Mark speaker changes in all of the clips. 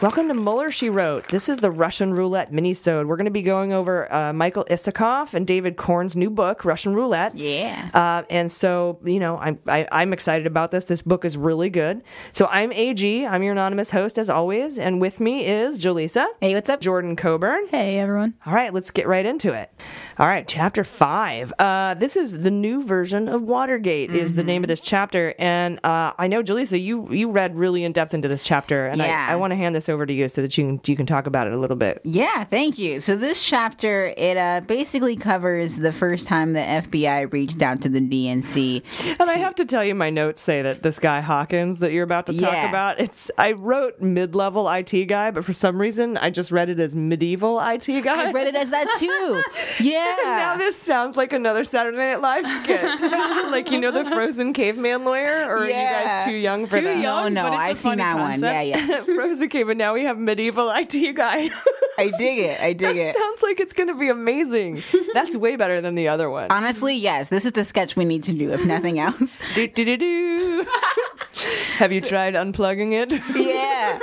Speaker 1: Welcome to Mueller, she wrote. This is the Russian Roulette minisode. We're going to be going over uh, Michael Isakoff and David Korn's new book, Russian Roulette.
Speaker 2: Yeah.
Speaker 1: Uh, and so, you know, I'm, I, I'm excited about this. This book is really good. So I'm AG. I'm your anonymous host, as always. And with me is Jolisa.
Speaker 2: Hey, what's up?
Speaker 1: Jordan Coburn.
Speaker 2: Hey, everyone.
Speaker 1: All right, let's get right into it. All right, chapter five. Uh, this is the new version of Watergate, is the
Speaker 2: Mm-hmm.
Speaker 1: name of this chapter. And uh, I know, Jolisa, you, you read really in depth into this chapter. And
Speaker 2: Yeah.
Speaker 1: I, I want to hand this over to you so that you can, you can talk about it a little bit.
Speaker 2: Yeah, thank you. So this chapter it uh, basically covers the first time the FBI reached out to the DNC.
Speaker 1: And I have to tell you, my notes say that this guy Hawkins that you're about to talk
Speaker 2: Yeah.
Speaker 1: about, it's I wrote mid-level IT guy, but for some reason I just read it as medieval IT guy.
Speaker 2: I read it as that too. Yeah.
Speaker 1: now this sounds like another Saturday Night Live skit, like you know the Frozen caveman lawyer, or are you
Speaker 2: Yeah.
Speaker 1: guys too young for
Speaker 3: Too
Speaker 1: that?
Speaker 2: no,
Speaker 3: young,
Speaker 2: no,
Speaker 3: but it's a
Speaker 2: I've seen
Speaker 3: funny
Speaker 2: that one.
Speaker 3: concept.
Speaker 2: Yeah, yeah.
Speaker 1: Frozen caveman. Now we have medieval IT guy.
Speaker 2: I dig it. I dig it.
Speaker 1: sounds like it's gonna be amazing. That's way better than the other one.
Speaker 2: Honestly, yes. This is the sketch we need to do, if nothing else.
Speaker 1: Do, do, do, do. have you tried unplugging it?
Speaker 2: yeah.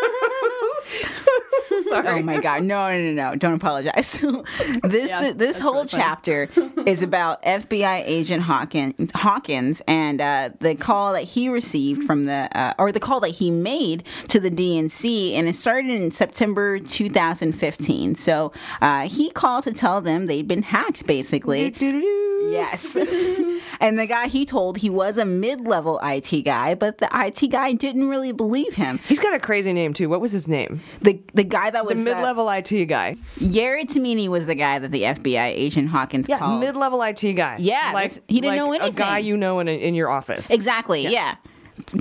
Speaker 2: Oh my god! No, no, no, no! Don't apologize. So this this whole chapter is about FBI agent Hawkins, Hawkins, and uh, the call that he received from the uh, or the call that he made to the DNC, and it started in September 2015. So uh, he called to tell them they'd been hacked, basically. Yes. and the guy he told he was a mid-level IT guy, but the IT guy didn't really believe him.
Speaker 1: He's got a crazy name too. What was his name?
Speaker 2: The the guy that
Speaker 1: The
Speaker 2: was uh,
Speaker 1: mid-level IT guy.
Speaker 2: Yared Tamini was the guy that the FBI agent Hawkins called.
Speaker 1: mid-level IT guy.
Speaker 2: Yeah,
Speaker 1: like
Speaker 2: this- he didn't
Speaker 1: like
Speaker 2: know
Speaker 1: A guy
Speaker 2: anything.
Speaker 1: you know in in your office.
Speaker 2: exactly. Yeah.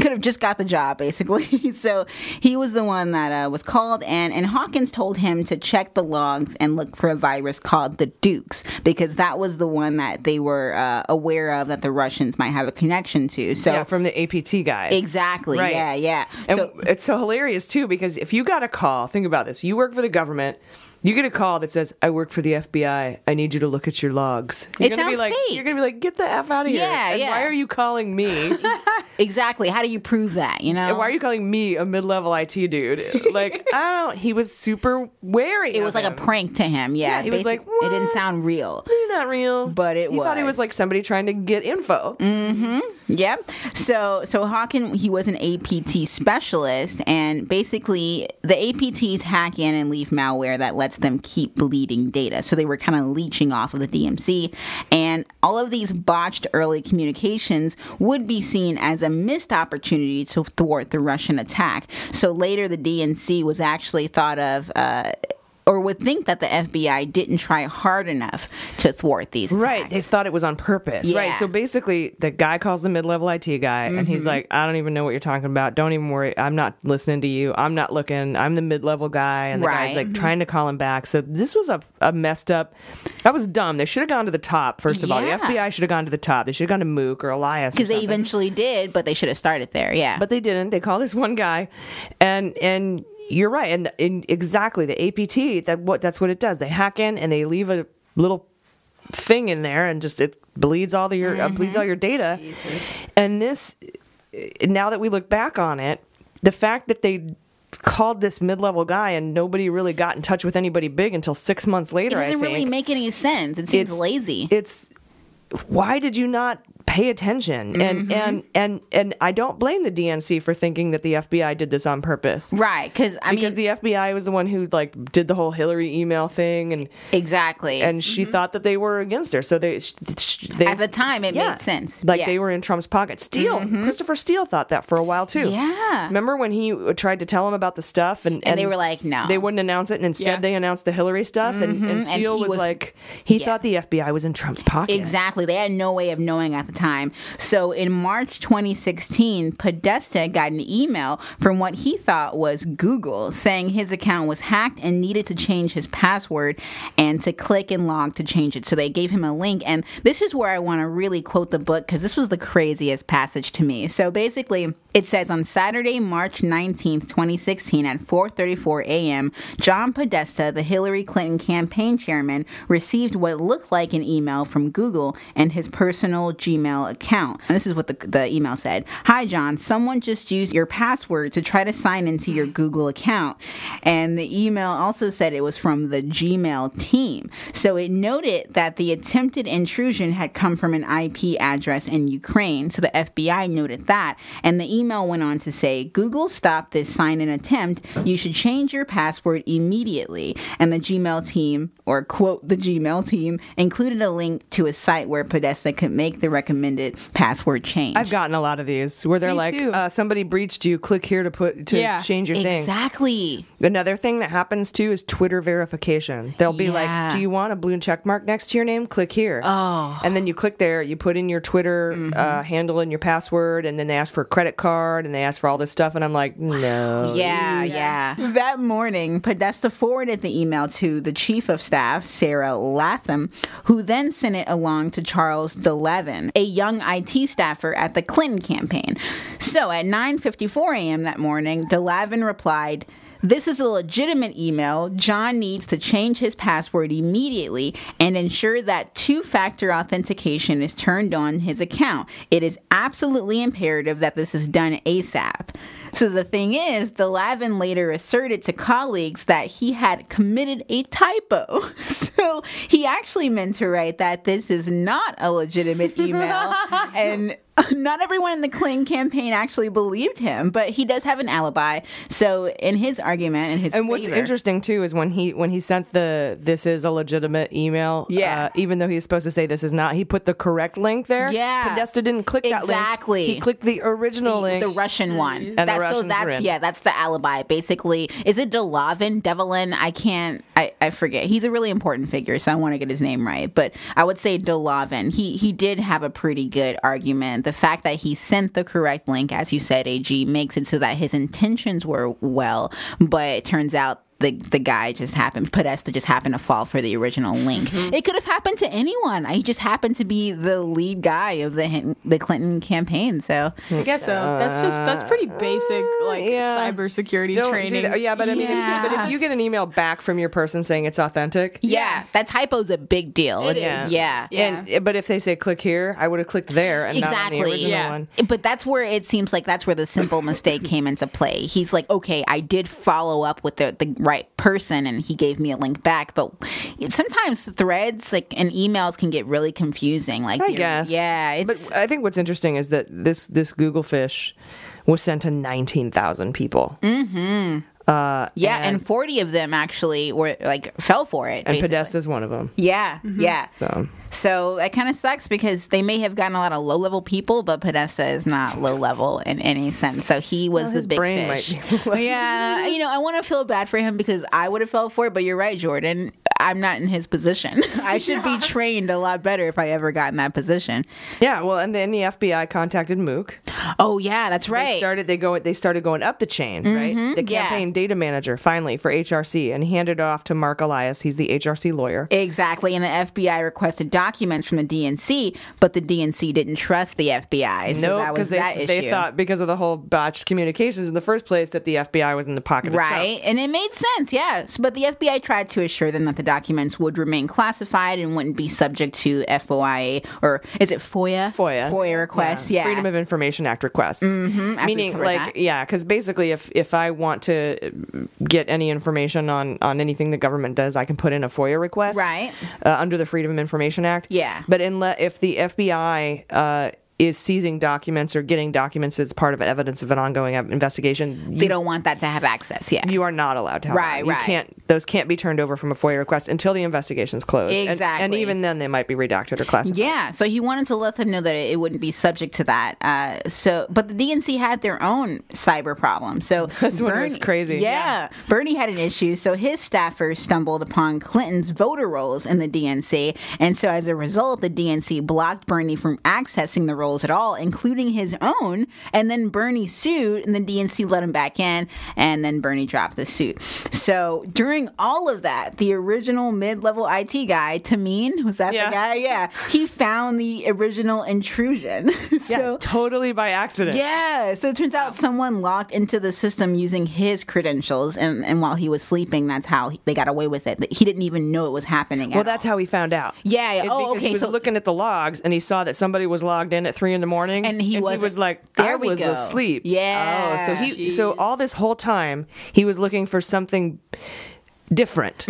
Speaker 2: Could have just got the job, basically. so he was the one that uh, was called, and, and Hawkins told him to check the logs and look for a virus called the Dukes, because that was the one that they were uh, aware of that the Russians might have a connection to. So,
Speaker 1: Yeah, from the APT guys.
Speaker 2: exactly.
Speaker 1: Right.
Speaker 2: Yeah, yeah.
Speaker 1: And
Speaker 2: so,
Speaker 1: it's so hilarious too because if you got a call, think about this. You work for the government. You get a call that says, "I work for the FBI. I need you to look at your logs." You're
Speaker 2: It
Speaker 1: gonna be
Speaker 2: sounds
Speaker 1: like,
Speaker 2: fake.
Speaker 1: You're gonna be like, "Get the f out of here!"
Speaker 2: Yeah,
Speaker 1: And
Speaker 2: yeah.
Speaker 1: Why are you calling me?
Speaker 2: exactly. How do you prove that, you know?
Speaker 1: And why are you calling me a mid-level IT dude? Like, I don't. He was super wary.
Speaker 2: it
Speaker 1: of
Speaker 2: was like
Speaker 1: him.
Speaker 2: a prank to him. Yeah.
Speaker 1: Yeah, he was
Speaker 2: basic-
Speaker 1: like,
Speaker 2: it didn't
Speaker 1: "What?"
Speaker 2: sound real.
Speaker 1: Maybe not real,
Speaker 2: But it
Speaker 1: he thought he was
Speaker 2: was.
Speaker 1: like somebody trying to get info.
Speaker 2: Yep. So so Hawken he was an APT specialist and basically the APTs hack in and leave malware that lets them keep bleeding data. So they were kind of leeching off of the DMC and all of these botched early communications would be seen as a missed opportunity to thwart the Russian attack. So later the DNC was actually thought of uh or would think that the FBI didn't try hard enough to thwart these
Speaker 1: Right.
Speaker 2: attacks.
Speaker 1: They thought it was on purpose.
Speaker 2: Yeah. Mm-hmm.
Speaker 1: Right. So basically, the guy calls the mid level IT guy and he's like, I don't even know what you're talking about. Don't even worry. I'm not listening to you. I'm not looking. I'm the mid level guy. And the
Speaker 2: Right. Mm-hmm.
Speaker 1: guy's like trying to call him back. So this was a, a messed up. That was dumb. They should have gone to the top, first of all.
Speaker 2: Yeah.
Speaker 1: The FBI should have gone to the top. They should have gone to Mook or Elias. or
Speaker 2: because they
Speaker 1: something.
Speaker 2: eventually did, but they should have started there. Yeah.
Speaker 1: but they didn't. They call this one guy, and and you're right, and, and exactly the APT that what that's what it does. They hack in and they leave a little thing in there, and just it bleeds all the your uh, bleeds all your data. And this, uh, now that we look back on it, the fact that they called this mid-level guy and nobody really got in touch with anybody big until six months later.
Speaker 2: It doesn't
Speaker 1: I think
Speaker 2: really make any sense. It seems lazy.
Speaker 1: it's why did you not pay attention. And
Speaker 2: Mm-hmm.
Speaker 1: and and and I don't blame the DNC for thinking that the FBI did this on purpose.
Speaker 2: Right, because I
Speaker 1: Because
Speaker 2: mean,
Speaker 1: the FBI was the one who like did the whole Hillary email thing, and
Speaker 2: exactly.
Speaker 1: and she thought that they were against her. So they, sh- sh- they
Speaker 2: At the time, it made sense.
Speaker 1: Like
Speaker 2: Yeah. Mm-hmm.
Speaker 1: they were in Trump's pocket. Steele, Christopher Steele thought that for a while too.
Speaker 2: Yeah.
Speaker 1: Remember when he tried to tell him about the stuff, and,
Speaker 2: And they were like, no.
Speaker 1: they wouldn't announce it, and instead
Speaker 2: Yeah.
Speaker 1: they announced the Hillary stuff, and, and Steele
Speaker 2: he
Speaker 1: was,
Speaker 2: was-
Speaker 1: like, he
Speaker 2: Yeah.
Speaker 1: thought the FBI was in Trump's pocket.
Speaker 2: Exactly. They had no way of knowing at the time. So in March 2016, Podesta got an email from what he thought was Google saying his account was hacked and needed to change his password and to click and log to change it. So they gave him a link. And this is where I want to really quote the book because this was the craziest passage to me. So basically, it says on Saturday, March 19th, 2016 at 4:34 a.m., John Podesta, the Hillary Clinton campaign chairman, received what looked like an email from Google and his personal Gmail account. And this is what the, the email said. Hi John, someone just used your password to try to sign into your Google account. And the email also said it was from the Gmail team. So it noted that the attempted intrusion had come from an IP address in Ukraine. So the FBI noted that. And the email went on to say Google stopped this sign in attempt. You should change your password immediately. And the Gmail team, or quote, the Gmail team, included a link to a site where Podesta could make the recommended password change.
Speaker 1: I've gotten a lot of these where they're
Speaker 3: Me
Speaker 1: like,
Speaker 3: too.
Speaker 1: uh, somebody breached you. Click here to put to
Speaker 3: Yeah.
Speaker 1: change your thing.
Speaker 2: Exactly.
Speaker 1: Another thing that happens too is Twitter verification. They'll be
Speaker 2: Yeah.
Speaker 1: like, "Do you want a blue check mark next to your name? Click here." Oh, and then you click there. You put in your Twitter
Speaker 2: Mm-hmm.
Speaker 1: uh, handle and your password, and then they ask for a credit card and they ask for all this stuff. And I'm like, "No,
Speaker 2: Yeah, yeah. That morning, Podesta forwarded the email to the chief of staff, Sarah Latham, who then sent it along to Charles DeLevin, a young IT staffer at the Clinton campaign. So at 9:54 a.m. that morning, DeLevin replied. This is a legitimate email. John needs to change his password immediately and ensure that two factor authentication is turned on in his account. It is absolutely imperative that this is done ASAP. So the thing is, the Lavin later asserted to colleagues that he had committed a typo. So he actually meant to write that this is not a legitimate email. and not everyone in the Clinton campaign actually believed him, but he does have an alibi. So in his argument, in his
Speaker 1: And what's
Speaker 2: favor-
Speaker 1: interesting too is when he when he sent the this is a legitimate email.
Speaker 2: Yeah.
Speaker 1: uh, even though he was supposed to say this is not, he put the correct link there.
Speaker 2: Yeah.
Speaker 1: Podesta didn't click that link.
Speaker 2: Exactly.
Speaker 1: He clicked the original link.
Speaker 2: The Russian one.
Speaker 1: the
Speaker 2: that's so
Speaker 1: Russians were
Speaker 2: that's
Speaker 1: in.
Speaker 2: yeah, that's the alibi. Basically, is it Delavin, Develin? I can't I, I forget. He's a really important figure, so I want to get his name right. But I would say Delavin. He he did have a pretty good argument. The fact that he sent the correct link, as you said, AG, makes it so that his intentions were well, but it turns out the, the guy just happened Podesta just happened to fall for the original link.
Speaker 3: Mm-hmm.
Speaker 2: It could have happened to anyone. He just happened to be the lead guy of the Hin- the Clinton campaign. So
Speaker 3: I guess so. That's just that's pretty
Speaker 2: Mm,
Speaker 3: basic,
Speaker 2: Uh,
Speaker 3: like
Speaker 1: yeah.
Speaker 3: cybersecurity
Speaker 1: Don't do
Speaker 3: training.
Speaker 1: that. Yeah, but I mean, if-
Speaker 2: Yeah.
Speaker 1: but if you get an email back from your person saying it's authentic,
Speaker 2: Yeah, that typo's a big deal.
Speaker 3: It
Speaker 2: It-
Speaker 3: is.
Speaker 2: Yeah.
Speaker 1: And but if they say click here, I would have clicked there and
Speaker 2: Exactly.
Speaker 1: not on the original
Speaker 3: Yeah.
Speaker 1: one.
Speaker 2: But that's where it seems like that's where the simple mistake came into play. He's like, okay, I did follow up with the, the right person and he gave me a link back. But sometimes threads like and emails can get really confusing. Like,
Speaker 1: I
Speaker 2: you're-
Speaker 1: guess.
Speaker 2: Yeah. It's,
Speaker 1: but I think what's interesting is that this this Google fish was sent to nineteen thousand people,
Speaker 2: Mm.
Speaker 1: uh,
Speaker 2: yeah. And, 40 of them actually were like fell for it.
Speaker 1: and
Speaker 2: basically.
Speaker 1: Podesta's one of them.
Speaker 2: Yeah.
Speaker 1: Mm-hmm.
Speaker 2: Yeah.
Speaker 1: So
Speaker 2: So that kind of sucks because they may have gotten a lot of low level people, but Podesta is not low level in any sense. So he was
Speaker 1: Well,
Speaker 2: the
Speaker 1: his
Speaker 2: big
Speaker 1: brain
Speaker 2: fish.
Speaker 1: might be low
Speaker 2: yeah, you know, I want to feel bad for him because I would have felt for it. But you're right, Jordan. I'm not in his position. I should be trained a lot better if I ever got in that position.
Speaker 1: yeah, well, and then the FBI contacted Mook.
Speaker 2: Oh yeah, that's
Speaker 1: They
Speaker 2: right. Mm-hmm.
Speaker 1: started they go they started going up the chain, right? The
Speaker 2: yeah.
Speaker 1: campaign data manager finally for HRC, and he handed it off to Mark Elias. He's the HRC lawyer.
Speaker 2: Exactly, and the FBI requested documents from the DNC, but the DNC didn't trust the FBI, so
Speaker 1: No,
Speaker 2: that
Speaker 1: because
Speaker 2: was that
Speaker 1: they,
Speaker 2: issue.
Speaker 1: they thought because of the whole botched communications in the first place that the FBI was in the pocket of Trump.
Speaker 2: Right. And it made sense, yes. But the FBI tried to assure them that the documents would remain classified and wouldn't be subject to FOIA or is it FOIA?
Speaker 1: FOIA.
Speaker 2: FOIA requests. Yeah. Mm-hmm.
Speaker 1: Freedom of Information Act requests.
Speaker 2: after we
Speaker 1: Meaning,
Speaker 2: covered
Speaker 1: like,
Speaker 2: that.
Speaker 1: yeah, because basically, if if I want to uh, get any information on on anything the government does, I can put in a FOIA request,
Speaker 2: Right.
Speaker 1: Uh, under the Freedom of Information Act,
Speaker 2: Yeah.
Speaker 1: But unless if the FBI. Uh, is seizing documents or getting documents as part of evidence of an ongoing investigation.
Speaker 2: they don't want that to have access. Yeah.
Speaker 1: you are not allowed to have
Speaker 2: Right,
Speaker 1: that. you
Speaker 2: right.
Speaker 1: can't those can't be turned over from a FOIA request until the investigation's closed And- and,
Speaker 2: Exactly.
Speaker 1: even then they might be redacted or classified
Speaker 2: Yeah, so he wanted to let them know that it it wouldn't be subject to that. Uh, so, but the DNC had their own cyber problem. So
Speaker 1: That's when it was crazy.
Speaker 2: Yeah, Bernie had an issue. So his staffers stumbled upon Clinton's voter rolls in the DNC, and so as a result, the DNC blocked Bernie from accessing the rolls at all, including his own. And then Bernie sued, and the DNC let him back in, and then Bernie dropped the suit. So during all of that, the original mid-level IT guy, Tameen, was that
Speaker 1: Yeah.
Speaker 2: the guy? Uh, yeah. He found the original intrusion. so
Speaker 1: totally by accident
Speaker 2: yeah, so it turns out someone logged into the system using his credentials, and, and while he was sleeping, that's how he- they got away with it. He didn't even know it was happening.
Speaker 1: Well, that's how he found out.
Speaker 2: Yeah, yeah.
Speaker 1: Is
Speaker 2: Oh,
Speaker 1: because
Speaker 2: okay,
Speaker 1: He was
Speaker 2: so-
Speaker 1: looking at the logs and he saw that somebody was logged in at three in the morning,
Speaker 2: And he wasn't-
Speaker 1: was like, "I
Speaker 2: There we
Speaker 1: was
Speaker 2: go.
Speaker 1: asleep."
Speaker 2: Yeah.
Speaker 1: Oh, so he so all this whole time he was looking for something different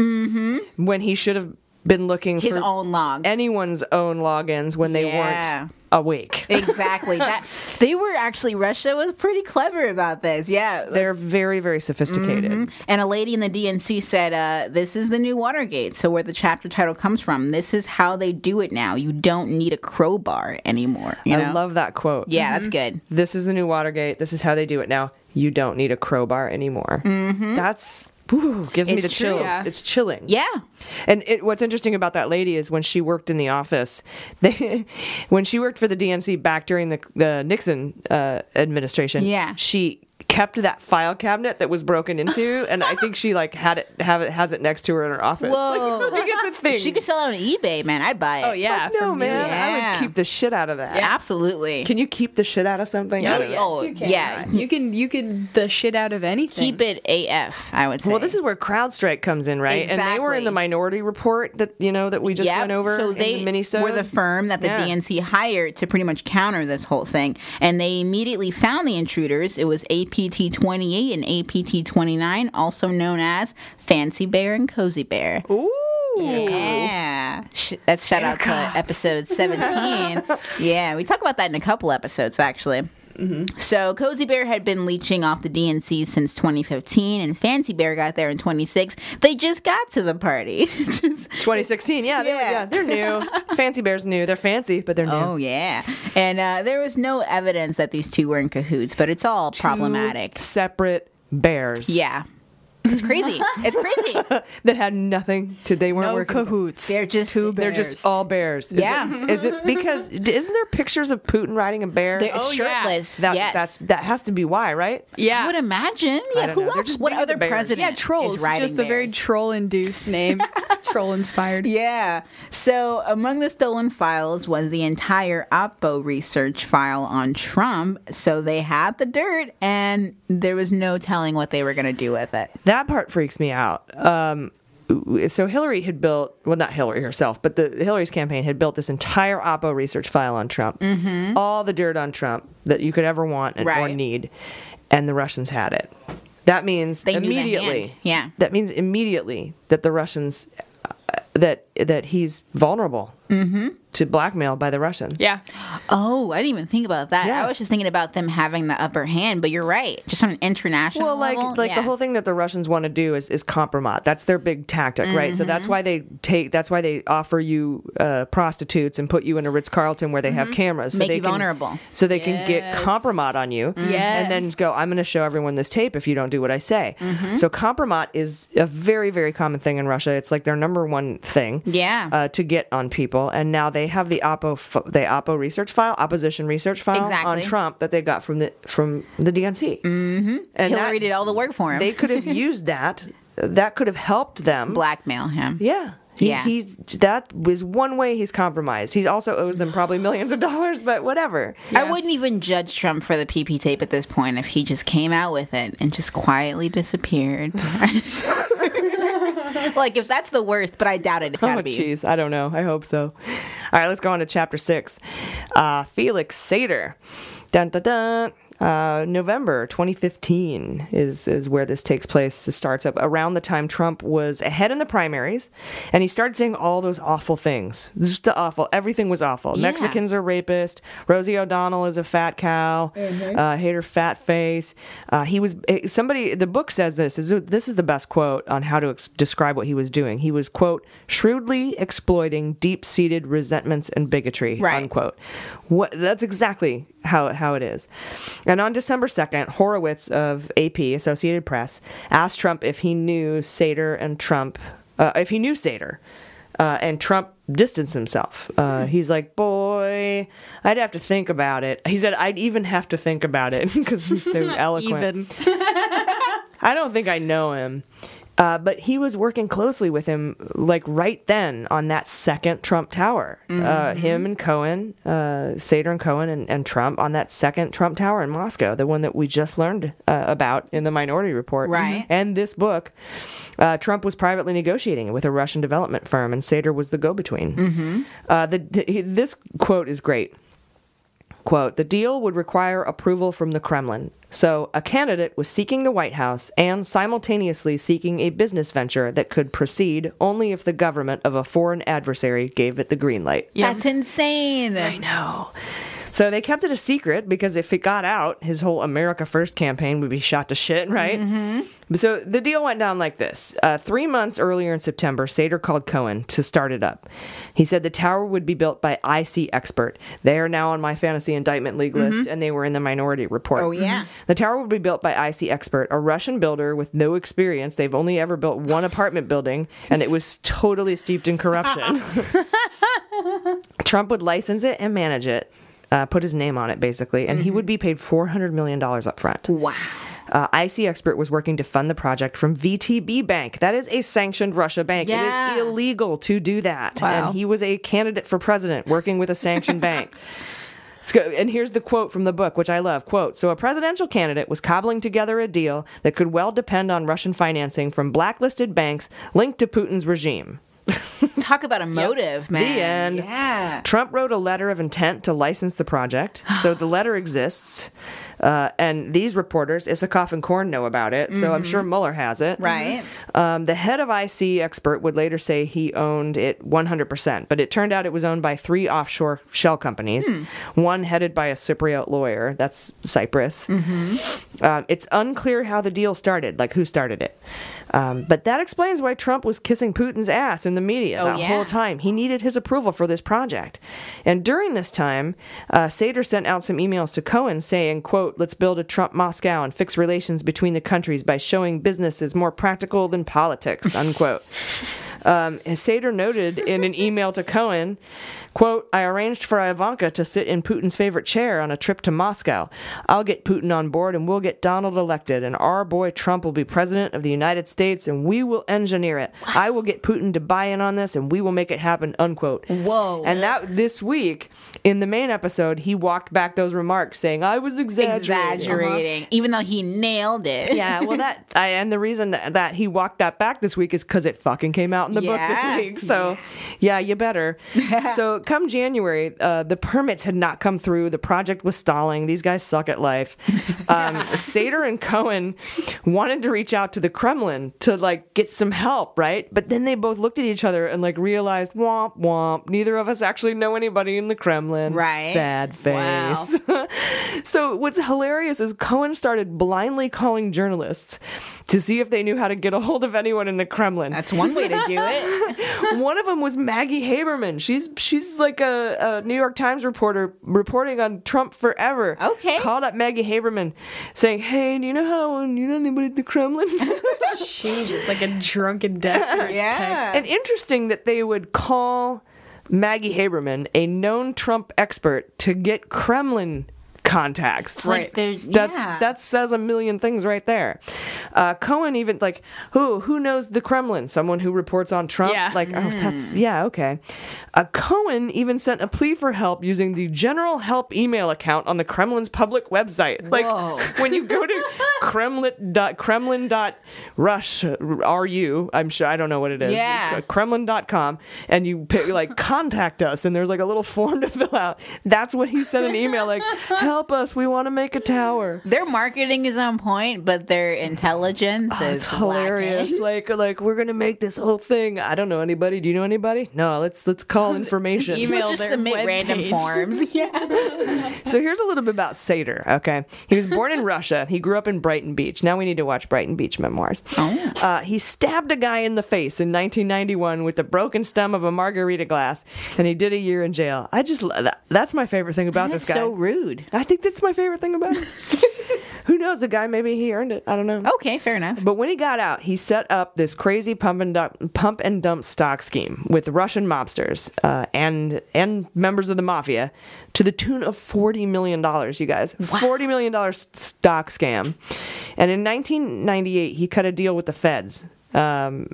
Speaker 1: when he should have been looking
Speaker 2: Mm-hmm. His
Speaker 1: for
Speaker 2: own logs.
Speaker 1: anyone's own logins when they
Speaker 2: Yeah.
Speaker 1: weren't awake.
Speaker 2: exactly that. They were actually Russia was pretty clever about this. Yeah,
Speaker 1: They're very very sophisticated.
Speaker 2: And a lady in the DNC said, uh, This is the new Watergate. So, where the chapter title comes from, this is how they do it now. You don't need a crowbar anymore. You
Speaker 1: I
Speaker 2: know?
Speaker 1: love that Mm-hmm. quote.
Speaker 2: Yeah, that's good.
Speaker 1: This is the new Watergate. This is how they do it now. You don't need a crowbar anymore. That's whew, gives me
Speaker 2: Mm-hmm. It's
Speaker 1: the
Speaker 2: true.
Speaker 1: chills.
Speaker 2: Yeah.
Speaker 1: It's chilling.
Speaker 2: Yeah.
Speaker 1: And it, what's interesting about that lady is when she worked in the office, they, when she worked for the DNC back during the, the Nixon uh, administration,
Speaker 2: Yeah.
Speaker 1: she kept that file cabinet that was broken into, and I think she like had it have it has it next to her in her office.
Speaker 2: Whoa.
Speaker 1: Like, it's a thing.
Speaker 2: She could sell it on eBay, man. I'd buy it.
Speaker 3: Oh yeah,
Speaker 1: Fuck no,
Speaker 3: from you.
Speaker 1: man, I
Speaker 2: Yeah.
Speaker 1: would keep the shit out of that.
Speaker 2: Absolutely.
Speaker 1: Can you keep the shit out of something? I
Speaker 2: Oh,
Speaker 1: don't know.
Speaker 2: oh, yeah.
Speaker 3: You can you can the shit out of anything.
Speaker 2: Keep it AF, I would say.
Speaker 1: Well, this is where CrowdStrike comes in, right? And they were in
Speaker 2: Exactly.
Speaker 1: the minority report that you know that we just
Speaker 2: Yep.
Speaker 1: went over.
Speaker 2: So
Speaker 1: in
Speaker 2: they
Speaker 1: the mini-sode.
Speaker 2: were the firm that the
Speaker 1: Yeah.
Speaker 2: DNC hired to pretty much counter this whole thing, and they immediately found the intruders. It was APT twenty eight and APT twenty nine, also known as Fancy Bear and Cozy Bear. Ooh. Yeah, Sh- that's shout out to episode seventeen. yeah, we talk about that in a couple episodes actually.
Speaker 1: Mm-hmm.
Speaker 2: So Cozy Bear had been leeching off the DNC since 2015, and Fancy Bear got there in 26. They just got to the party. Just-
Speaker 1: 2016. Yeah, they were-
Speaker 2: Yeah.
Speaker 1: yeah. They, are new. fancy bears new. They're fancy, but they're new.
Speaker 2: Oh yeah, and uh, there was no evidence that these two were in cahoots, but it's all problematic.
Speaker 1: Separate bears.
Speaker 2: Yeah, it's crazy. it's crazy.
Speaker 1: That had nothing to. They weren't
Speaker 3: No
Speaker 1: working.
Speaker 3: cahoots.
Speaker 2: They're just
Speaker 3: Two
Speaker 1: They're
Speaker 3: bears.
Speaker 1: just all bears. Is
Speaker 2: Yeah.
Speaker 1: It, is it because isn't there pictures of Putin riding a bear?
Speaker 2: They're
Speaker 3: Oh, yeah.
Speaker 2: shirtless.
Speaker 1: that,
Speaker 2: yes,
Speaker 1: That's that has to be why, right?
Speaker 3: yeah.
Speaker 2: I would imagine.
Speaker 1: I
Speaker 2: Yeah,
Speaker 1: don't
Speaker 2: who
Speaker 1: know. They're
Speaker 2: else?
Speaker 1: just
Speaker 2: What
Speaker 1: big
Speaker 2: other
Speaker 1: bears.
Speaker 2: president?
Speaker 3: yeah, trolls.
Speaker 2: Is riding
Speaker 3: Just a very
Speaker 2: bears?
Speaker 3: troll induced name. troll inspired.
Speaker 2: Yeah. So among the stolen files was the entire Oppo research file on Trump. So they had the dirt, and there was no telling what they were going to do with it.
Speaker 1: That part freaks me out. Um, so Hillary had built, well, not Hillary herself, but the Hillary's campaign had built this entire Oppo research file on Trump, mm-hmm. all the dirt on Trump that you could ever want and, or
Speaker 2: Right.
Speaker 1: need, and the Russians had it. That means
Speaker 2: They knew the
Speaker 1: immediately.
Speaker 2: hand. Yeah.
Speaker 1: That means immediately that the Russians, uh, that that he's vulnerable
Speaker 2: Mm-hmm.
Speaker 1: to blackmail by the Russians.
Speaker 3: Yeah.
Speaker 2: Oh, I didn't even think about that.
Speaker 1: Yeah.
Speaker 2: I was just thinking about them having the upper hand, but you're right. Just on an international
Speaker 1: well like
Speaker 2: level,
Speaker 1: like
Speaker 2: yeah.
Speaker 1: the whole thing that the russians want to do is is compromise that's their big tactic right so
Speaker 2: Mm-hmm.
Speaker 1: that's why they take that's why they offer you uh, prostitutes and put you in a ritz-carlton where they have cameras so
Speaker 2: Mm-hmm. Make
Speaker 1: they
Speaker 2: you
Speaker 1: can,
Speaker 2: vulnerable. Mm-hmm.
Speaker 1: so they can get compromise on you and then
Speaker 3: Yes.
Speaker 1: go i'm going to show everyone this tape if you don't do what i say
Speaker 2: Mm-hmm.
Speaker 1: so compromise is a very very common thing in russia it's like their number one thing
Speaker 2: Yeah.
Speaker 1: uh, to get on people and now they have the oppo f- the oppo research file opposition research file on
Speaker 2: Exactly.
Speaker 1: trump that they got from the from the dnc mm-hmm. and
Speaker 2: Hillary
Speaker 1: that-
Speaker 2: did all the work for him.
Speaker 1: they could have used that. That could have helped them.
Speaker 2: blackmail him.
Speaker 1: Yeah. He-
Speaker 2: Yeah.
Speaker 1: He's that was one way he's compromised. He also owes them probably millions of dollars, but whatever.
Speaker 2: I wouldn't even judge Trump for the PP tape at this point if he just came out with it and just quietly disappeared. like if that's the worst, but I doubt it. It's gotta
Speaker 1: oh,
Speaker 2: be.
Speaker 1: jeez. I don't know. I hope so. All right, let's go on to chapter six. Uh, Felix Sater. Dun, dun, dun. Uh, November 2015 is is where this takes place. It starts up around the time Trump was ahead in the primaries, and he started saying all those awful things. Just the awful. Everything was awful.
Speaker 2: Yeah.
Speaker 1: Mexicans are rapist. Rosie O'Donnell is a fat cow. Uh, hate her fat face. Uh, he was eh, somebody. The book says this is this is the best quote on how to ex- describe what he was doing. He was quote shrewdly exploiting deep seated resentments and bigotry.
Speaker 2: Right.
Speaker 1: Unquote. What that's exactly how how it is. And on December second, Horowitz of AP Associated Press asked Trump if he knew Sater and Trump uh, if he knew Sater uh, and Trump distanced himself. Uh, he's like, boy, I'd have to think about it. He said, I'd even have to think about it because he's so eloquent. I don't think I know him. Uh, but he was working closely with him, like right then on that second Trump Tower. Uh, him and Cohen, uh, Sater and Cohen and, and Trump on that second Trump Tower in Moscow, the one that we just learned uh, about in the Minority Report Mm-hmm.
Speaker 2: Right.
Speaker 1: and this book. Uh, Trump was privately negotiating with a Russian development firm, and Sater was the go between. Mm-hmm. Uh, the, he- this quote is great quote the deal would require approval from the kremlin so a candidate was seeking the white house and simultaneously seeking a business venture that could proceed only if the government of a foreign adversary gave it the green light
Speaker 2: That's insane.
Speaker 1: no so they kept it a secret because if it got out his whole america first campaign would be shot to shit right
Speaker 2: Mm-hmm.
Speaker 1: so the deal went down like this. Uh, three months earlier in September, Sater called Cohen to start it up. He said the tower would be built by IC Expert. They are now on my fantasy indictment league list, and they were in the minority report.
Speaker 2: Mm-hmm.
Speaker 1: Mm-hmm.
Speaker 2: Oh, yeah.
Speaker 1: The tower would be built by IC Expert, a Russian builder with no experience. They've only ever built one apartment building, and it was totally steeped in corruption. Trump would license it and manage it. Uh, put his name on it basically, and he would be paid $400 million up front.
Speaker 2: Mm-hmm. Wow.
Speaker 1: Uh, IC Expert was working to fund the project from VTB Bank. That is a sanctioned Russia bank.
Speaker 2: Yeah.
Speaker 1: It is illegal to do that.
Speaker 3: Wow.
Speaker 1: And he was a candidate for president working with a sanctioned bank. So- and here's the quote from the book, which I love. Quote, so a presidential candidate was cobbling together a deal that could well depend on Russian financing from blacklisted banks linked to Putin's regime.
Speaker 2: Talk about a motive, man.
Speaker 1: The end.
Speaker 2: Yeah.
Speaker 1: Trump wrote a letter of intent to license the project. So the letter exists. Uh, and these reporters, Issachoff and Korn, know about it. So I'm sure Mueller has it.
Speaker 2: Mm-hmm. Right.
Speaker 1: Um, the head of IC expert would later say he owned it 100%, but it turned out it was owned by three offshore shell companies,
Speaker 2: Hmm.
Speaker 1: one headed by a Cypriot lawyer. That's Cyprus.
Speaker 2: Mm-hmm.
Speaker 1: Um, it's unclear how the deal started, like who started it. Um, but that explains why Trump was kissing Putin's ass in the media that
Speaker 2: yeah.
Speaker 1: whole time. He needed his approval for this project. And during this time, uh, Sater sent out some emails to Cohen saying, quote, let's build a Trump Moscow and fix relations between the countries by showing business is more practical than politics, unquote. um, and Sater noted in an email to Cohen, quote, I arranged for Ivanka to sit in Putin's favorite chair on a trip to Moscow. I'll get Putin on board and we'll get Donald elected, and our boy Trump will be president of the United States, and we will engineer it. I will get Putin to buy in on this, and we will make it happen. Unquote.
Speaker 2: Whoa.
Speaker 1: And that this week in the main episode, he walked back those remarks, saying, "I was exaggerating."
Speaker 2: Exaggerating, even though he nailed it.
Speaker 1: Yeah, well, that I, and the reason that, that he walked that back this week is because it fucking came out in the
Speaker 2: Yeah.
Speaker 1: book this week. So, yeah, you better. so, come January, uh, the permits had not come through. The project was stalling. These guys suck at life. Um, Sater and Cohen wanted to reach out to the Kremlin to like get some help, right? But then they both looked at each other and like realized, womp womp. Neither of us actually know anybody in the Kremlin.
Speaker 2: Right.
Speaker 1: Sad face.
Speaker 3: Wow.
Speaker 1: So what's hilarious is Cohen started blindly calling journalists to see if they knew how to get a hold of anyone in the Kremlin.
Speaker 2: That's one way to do it.
Speaker 1: One of them was Maggie Haberman. She's she's like a, a New York Times reporter reporting on Trump forever.
Speaker 2: Okay.
Speaker 1: called up Maggie Haberman, saying, "Hey, do you know how? Do you know anybody at the Kremlin?"
Speaker 3: Jesus, like a drunken desperate
Speaker 2: Yeah.
Speaker 1: and interesting that they would call Maggie Haberman, a known Trump expert, to get Kremlin contacts.
Speaker 2: Like
Speaker 3: Right.
Speaker 2: they're-
Speaker 1: That's
Speaker 2: yeah.
Speaker 1: that says a million things right there. Uh, Cohen even like who who knows the Kremlin? Someone who reports on Trump.
Speaker 3: Yeah.
Speaker 1: Like oh that's yeah okay. Uh, Cohen even sent a plea for help using the general help email account on the Kremlin's public website. Like when you go to Kremlin dot Kremlin dot rush r u I'm sure I don't know what it is Uh,
Speaker 2: Yeah.
Speaker 1: Kremlin.com and you pick, like contact us and there's like a little form to fill out. That's when he sent an email like, help us, we want to make a tower.
Speaker 2: Their marketing is on point, but their intelligence
Speaker 3: Oh,
Speaker 2: is
Speaker 1: It's hilarious.
Speaker 2: lacking.
Speaker 1: Like like we're gonna make this whole thing. I don't know anybody. Do you know anybody? No, let's let's call information.
Speaker 3: email-
Speaker 2: Let's just
Speaker 3: their
Speaker 2: submit
Speaker 3: web
Speaker 2: random
Speaker 3: page.
Speaker 2: forms.
Speaker 1: so here's a little bit about Sater, okay? He was born in Russia. He grew up in Brighton Beach. Now we need to watch Brighton Beach memoirs.
Speaker 2: Oh.
Speaker 1: Uh, he stabbed a guy in the face in 1991 with the broken stem of a margarita glass, and he did a year in jail. I just, lo- that, that's my favorite thing about
Speaker 2: That's
Speaker 1: this guy.
Speaker 2: so rude.
Speaker 1: I think that's my favorite thing about him. Who knows? The guy, maybe he earned it. I don't know.
Speaker 2: Okay, fair enough.
Speaker 1: But when he got out, he set up this crazy pump and dump, pump and dump stock scheme with Russian mobsters uh, and and members of the mafia to the tune of forty million dollars. You guys, forty million dollars stock scam. And in 1998, he cut a deal with the feds um,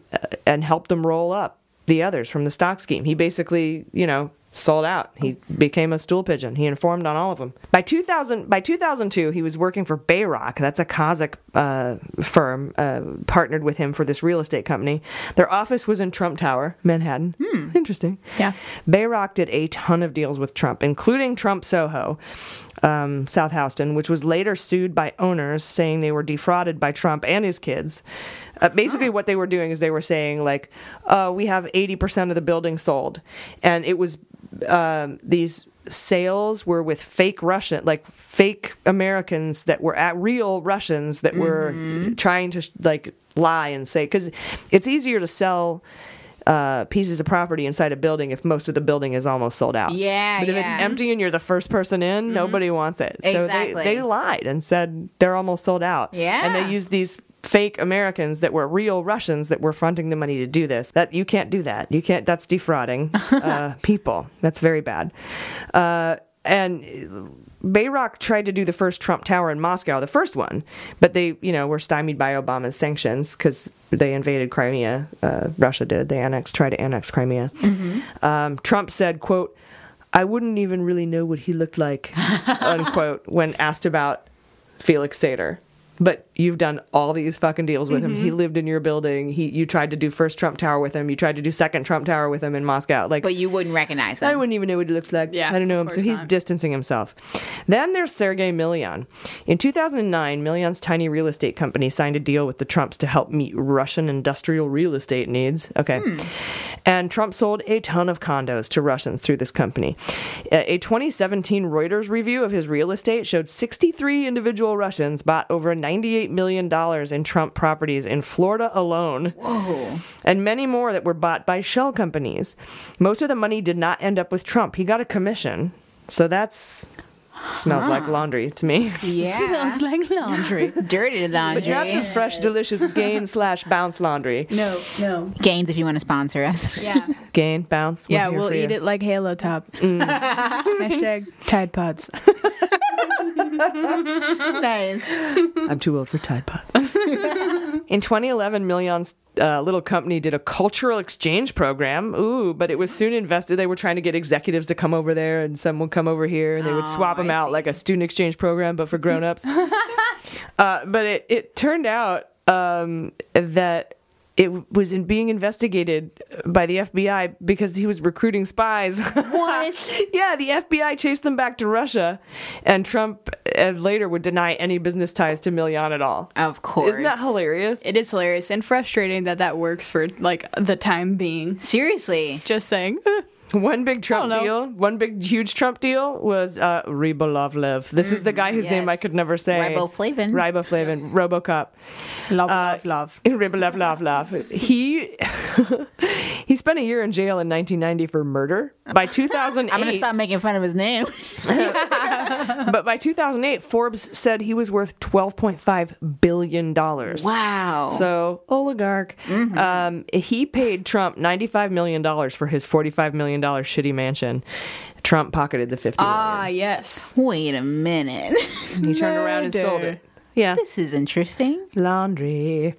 Speaker 1: and helped them roll up the others from the stock scheme. He basically, you know, sold out. He became a stool pigeon. He informed on all of them. By 2000, by 2002, he was working for Bayrock. That's a Kazakh uh, firm uh, partnered with him for this real estate company. Their office was in Trump Tower, Manhattan. Interesting.
Speaker 3: Yeah.
Speaker 1: Bayrock did a ton of deals with Trump, including Trump Soho, um, South Houston, which was later sued by owners saying they were defrauded by Trump and his kids. Uh, basically, what they were doing is they were saying, like, uh, we have 80% of the building sold. And it was um, these sales were with fake Russian, like fake Americans that were at real Russians that
Speaker 2: Mm-hmm.
Speaker 1: were trying to, like, lie and say, because it's easier to sell uh, pieces of property inside a building if most of the building is almost sold out.
Speaker 2: Yeah,
Speaker 1: But if it's
Speaker 2: yeah. Mm-hmm.
Speaker 1: empty and you're the first person in, nobody wants it. So
Speaker 2: Exactly.
Speaker 1: they, they lied and said they're almost sold out.
Speaker 2: Yeah.
Speaker 1: And they used these fake Americans that were real Russians that were fronting the money to do this. That you can't do that. You can't. That's defrauding uh, people. That's very bad. Uh, and Bayrock tried to do the first Trump Tower in Moscow, the first one, but they, you know, were stymied by Obama's sanctions because they invaded Crimea. Uh, Russia did. They annexed, tried to annex Crimea. Um, Trump said, "quote I wouldn't even really know what he looked like," unquote, when asked about Felix Sater. But you've done all these fucking deals with him. He lived in your building. He, you tried to do first Trump Tower with him. You tried to do second Trump Tower with him in Moscow. Like,
Speaker 2: But you wouldn't recognize
Speaker 1: I
Speaker 2: them.
Speaker 1: wouldn't even know what he looks like.
Speaker 3: Yeah,
Speaker 1: I don't know
Speaker 3: of
Speaker 1: him. So
Speaker 3: course
Speaker 1: he's
Speaker 3: not.
Speaker 1: distancing himself. Then there's Sergey Milian. In 2009, Milian's tiny real estate company signed a deal with the Trumps to help meet Russian industrial real estate needs. Okay.
Speaker 3: Hmm.
Speaker 1: And Trump sold a ton of condos to Russians through this company. A a 2017 Reuters review of his real estate showed 63 individual Russians bought over $98 million in Trump properties in Florida alone and many more that were bought by shell companies. Most of the money did not end up with Trump. He got a commission. So that's smells like laundry to me.
Speaker 2: Yeah.
Speaker 3: like laundry.
Speaker 2: Dirty
Speaker 1: But not the
Speaker 2: laundry.
Speaker 1: fresh, delicious gain slash bounce laundry.
Speaker 3: no, no.
Speaker 2: Gains if you want to sponsor us.
Speaker 3: Yeah.
Speaker 1: Gain, bounce. we're
Speaker 3: Yeah,
Speaker 1: here
Speaker 3: we'll
Speaker 1: for Mm.
Speaker 3: eat
Speaker 1: you.
Speaker 3: it like Halo Top. Hashtag Tide Pods.
Speaker 2: Nice.
Speaker 1: I'm too old for Tide Pods. In 2011, Million's uh, little company did a cultural exchange program. Ooh, but it was soon invested. They were trying to get executives to come over there, and some would come over here, and they would swap them out like a student exchange program, but for grown-ups. uh, but it, it turned out um, that it was in being investigated by the FBI because he was recruiting spies.
Speaker 2: What?
Speaker 1: yeah, the FBI chased them back to Russia, and Trump uh, later would deny any business ties to Milian at all.
Speaker 2: Of course.
Speaker 1: Isn't that hilarious?
Speaker 3: It is hilarious and frustrating that that works for like the time being.
Speaker 2: Seriously.
Speaker 3: Just saying.
Speaker 1: One big Trump
Speaker 3: I don't know.
Speaker 1: deal, one big huge Trump deal was uh, Ribolovlev. This is the guy whose name I
Speaker 3: yes.
Speaker 1: could never say.
Speaker 2: Riboflavin.
Speaker 1: Riboflavin. RoboCop. Uh,
Speaker 3: love, love, love.
Speaker 1: Ribolovlev. He he He spent a year in jail in 1990 for murder. By 2008,
Speaker 2: I'm gonna stop making fun of his name.
Speaker 1: but by 2008, Forbes said he was worth 12.5 billion dollars.
Speaker 3: Oh.
Speaker 2: Wow.
Speaker 1: So oligarch.
Speaker 3: Mm-hmm.
Speaker 1: Um, he paid Trump 95 million dollars for his 45 million dollar shitty mansion. Trump pocketed the 50. million.
Speaker 3: Ah, yes.
Speaker 2: Wait a minute.
Speaker 1: he turned around and sold
Speaker 3: murder.
Speaker 1: it. Yeah,
Speaker 2: this is interesting.
Speaker 1: laundry.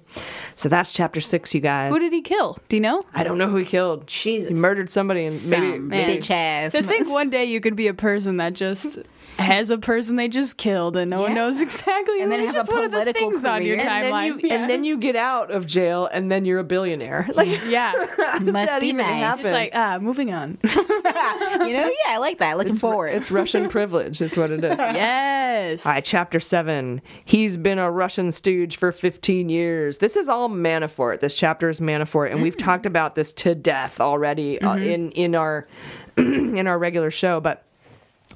Speaker 1: So that's chapter six, you guys.
Speaker 3: Who did he kill? Do you know?
Speaker 1: I don't know who he killed.
Speaker 2: Jesus.
Speaker 1: He murdered somebody and maybe
Speaker 2: Some
Speaker 3: maybe-
Speaker 2: bitch ass.
Speaker 3: To think one day you could be a person that just has a person they just killed and no one
Speaker 2: Yeah.
Speaker 3: knows exactly.
Speaker 2: And
Speaker 3: who.
Speaker 2: then
Speaker 3: It's
Speaker 2: have a
Speaker 3: just one of the
Speaker 2: political
Speaker 3: things on your
Speaker 2: career.
Speaker 1: and
Speaker 3: timeline.
Speaker 1: then, you,
Speaker 3: yeah.
Speaker 1: and then you get out of jail and then you're a billionaire. Like
Speaker 3: yeah,
Speaker 1: does
Speaker 2: Must
Speaker 1: that
Speaker 2: be
Speaker 1: even
Speaker 2: nice.
Speaker 1: happen?
Speaker 3: it's like ah, moving on.
Speaker 2: you know, yeah, I like that. Looking forward.
Speaker 1: It's Russian privilege, is what it is.
Speaker 3: yes.
Speaker 1: All right, chapter seven. He's been a Russian stooge for 15 years. This is all Manafort. This chapter is Manafort, and
Speaker 3: Mm.
Speaker 1: we've talked about this to death already
Speaker 3: Mm-hmm.
Speaker 1: uh, in in our in our regular show, but.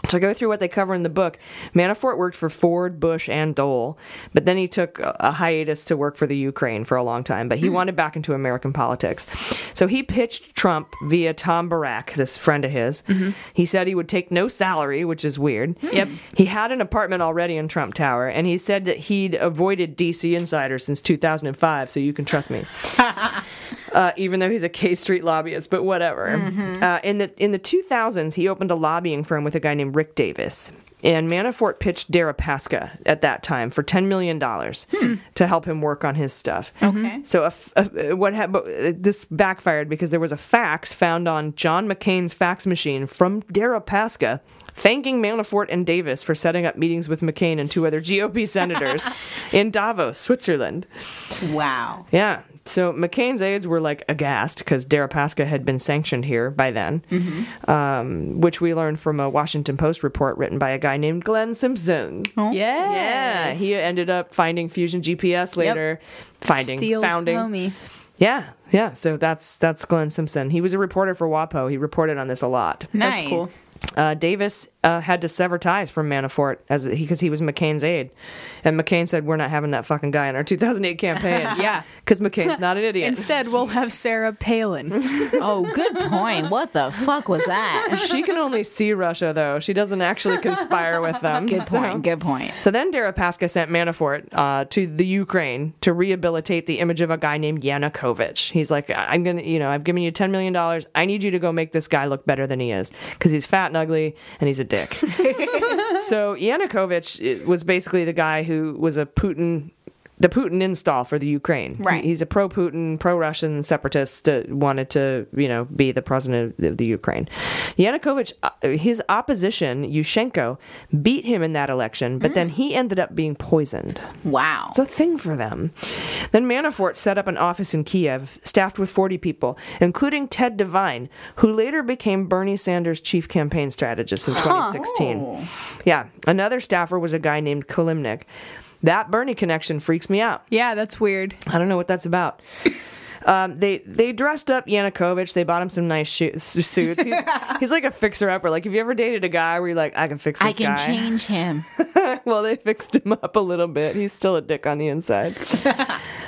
Speaker 1: To go through what they cover in the book, Manafort worked for Ford, Bush, and Dole, but then he took a a hiatus to work for the Ukraine for a long time. But he
Speaker 3: Mm.
Speaker 1: wanted back into American politics. So he pitched Trump via Tom Barak, this friend of his. He said he would take no salary, which is weird.
Speaker 3: Mm-hmm. Yep.
Speaker 1: He had an apartment already in Trump Tower, and he said that he'd avoided DC Insider since 2005, so you can trust me. uh, even though he's a K Street lobbyist, but whatever. Uh, in the in the 2000s, he opened a lobbying firm with a guy named Rick Davis. And Manafort pitched Deripaska at that time for ten million dollars to help him work on his stuff. Okay. So a f- a- what hap- but, uh, this backfired because there was a fax found on John McCain's fax machine from Deripaska thanking Manafort and Davis for setting up meetings with McCain and two other GOP senators in Davos, Switzerland.
Speaker 2: wow.
Speaker 1: Yeah. So McCain's aides were like aghast because Deripaska had been sanctioned here by then,
Speaker 3: Mm-hmm.
Speaker 1: um, which we learned from a Washington Post report written by a guy named Glenn Simpson. Yeah,
Speaker 3: Oh, Yes.
Speaker 1: he ended up finding Fusion GPS later, finding
Speaker 3: Steals
Speaker 1: founding.
Speaker 3: homie.
Speaker 1: Yeah, yeah. So that's that's Glenn Simpson. He was a reporter for WAPO. He reported on this a lot.
Speaker 2: Nice.
Speaker 3: That's cool.
Speaker 1: Uh, Davis uh, had to sever ties from Manafort as because he, was McCain's aide, and McCain said, "We're not having that fucking guy in our 2008 campaign."
Speaker 3: Yeah.
Speaker 1: because McCain's not an idiot.
Speaker 3: Instead, we'll have Sarah Palin.
Speaker 2: Oh, good point. What the fuck was that?
Speaker 1: she can only see Russia, though. She doesn't actually conspire with them.
Speaker 2: Good point. Good point.
Speaker 1: So then Deripaska sent Manafort uh, to the Ukraine to rehabilitate the image of a guy named Yanukovych. He's like, "I- I'm going to, you know, I've given you $10 million. I need you to go make this guy look better than he is because he's fat and ugly and he's a dick. so Yanukovych was basically the guy who was a Putin. The Putin install for the Ukraine.
Speaker 2: Right.
Speaker 1: He- He's a pro Putin, pro Russian separatist that wanted to, you know, be the president of the Ukraine. Yanukovych, uh, his opposition, Yushchenko, beat him in that election, but then he ended up being poisoned.
Speaker 2: Wow.
Speaker 1: It's a thing for them. Then Manafort set up an office in Kiev, staffed with 40 people, including Ted Devine, who later became Bernie Sanders' chief campaign strategist in 2016. Yeah, another staffer was a guy named Kalimnik. That Bernie connection freaks me out.
Speaker 3: yeah, that's weird.
Speaker 1: I don't know what that's about. Um, they they dressed up Yanukovych. They bought him some nice sho- s- suits. He's, he's like a fixer upper. Like, have you ever dated a guy where you're like, I can fix this
Speaker 2: I can
Speaker 1: guy?
Speaker 2: change him.
Speaker 1: Well, they fixed him up a little bit. He's still a dick on the inside.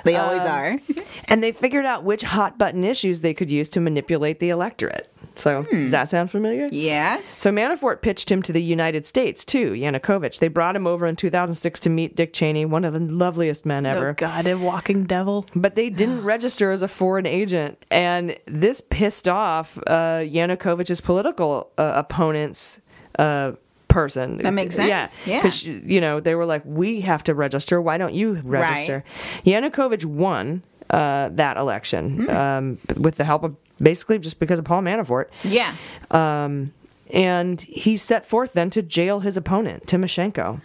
Speaker 2: They always are.
Speaker 1: and they figured out which hot button issues they could use to manipulate the electorate. So, does that sound familiar?
Speaker 2: Yes.
Speaker 1: So Manafort pitched him to the United States too, Yanukovych. They brought him over in 2006 to meet Dick Cheney, one of the loveliest men ever.
Speaker 3: Oh God, a walking devil.
Speaker 1: but they didn't register as a foreign agent. And this pissed off uh, Yanukovych's political uh, opponent's uh, person.
Speaker 2: That makes sense.
Speaker 1: Yeah.
Speaker 2: Yeah.
Speaker 1: Because, you know, they were like, we have to register. Why don't you register? Yanukovych won uh, that election um, with the help of basically just because of Paul Manafort.
Speaker 2: Yeah.
Speaker 1: Um, and he set forth then to jail his opponent, Timoshenko.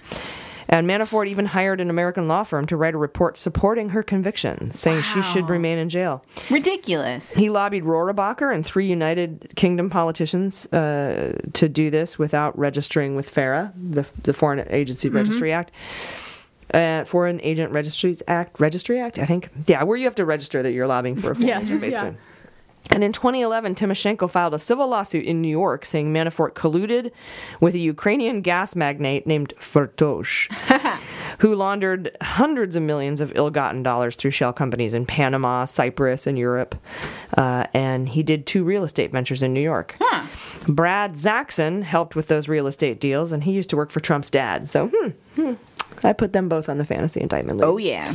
Speaker 1: And Manafort even hired an American law firm to write a report supporting her conviction, saying she should remain in jail.
Speaker 2: Ridiculous.
Speaker 1: He lobbied Rohrabacher and three United Kingdom politicians uh, to do this without registering with FARA, the, the Foreign Agency
Speaker 3: Mm-hmm.
Speaker 1: Registry Act. Uh, Foreign Agent Registries Act, Registry Act, I think. Yeah, where you have to register that you're lobbying for a foreign
Speaker 3: Yes,
Speaker 1: agent,
Speaker 3: yeah.
Speaker 1: basically. And in 2011, Timoshenko filed a civil lawsuit in New York saying Manafort colluded with a Ukrainian gas magnate named Firtosh who laundered hundreds of millions of ill gotten dollars through shell companies in Panama, Cyprus, and Europe. Uh, and he did two real estate ventures in New York. Brad Zaxon helped with those real estate deals, and he used to work for Trump's dad. So, hmm, hmm. I put them both on the fantasy indictment list.
Speaker 2: Oh yeah.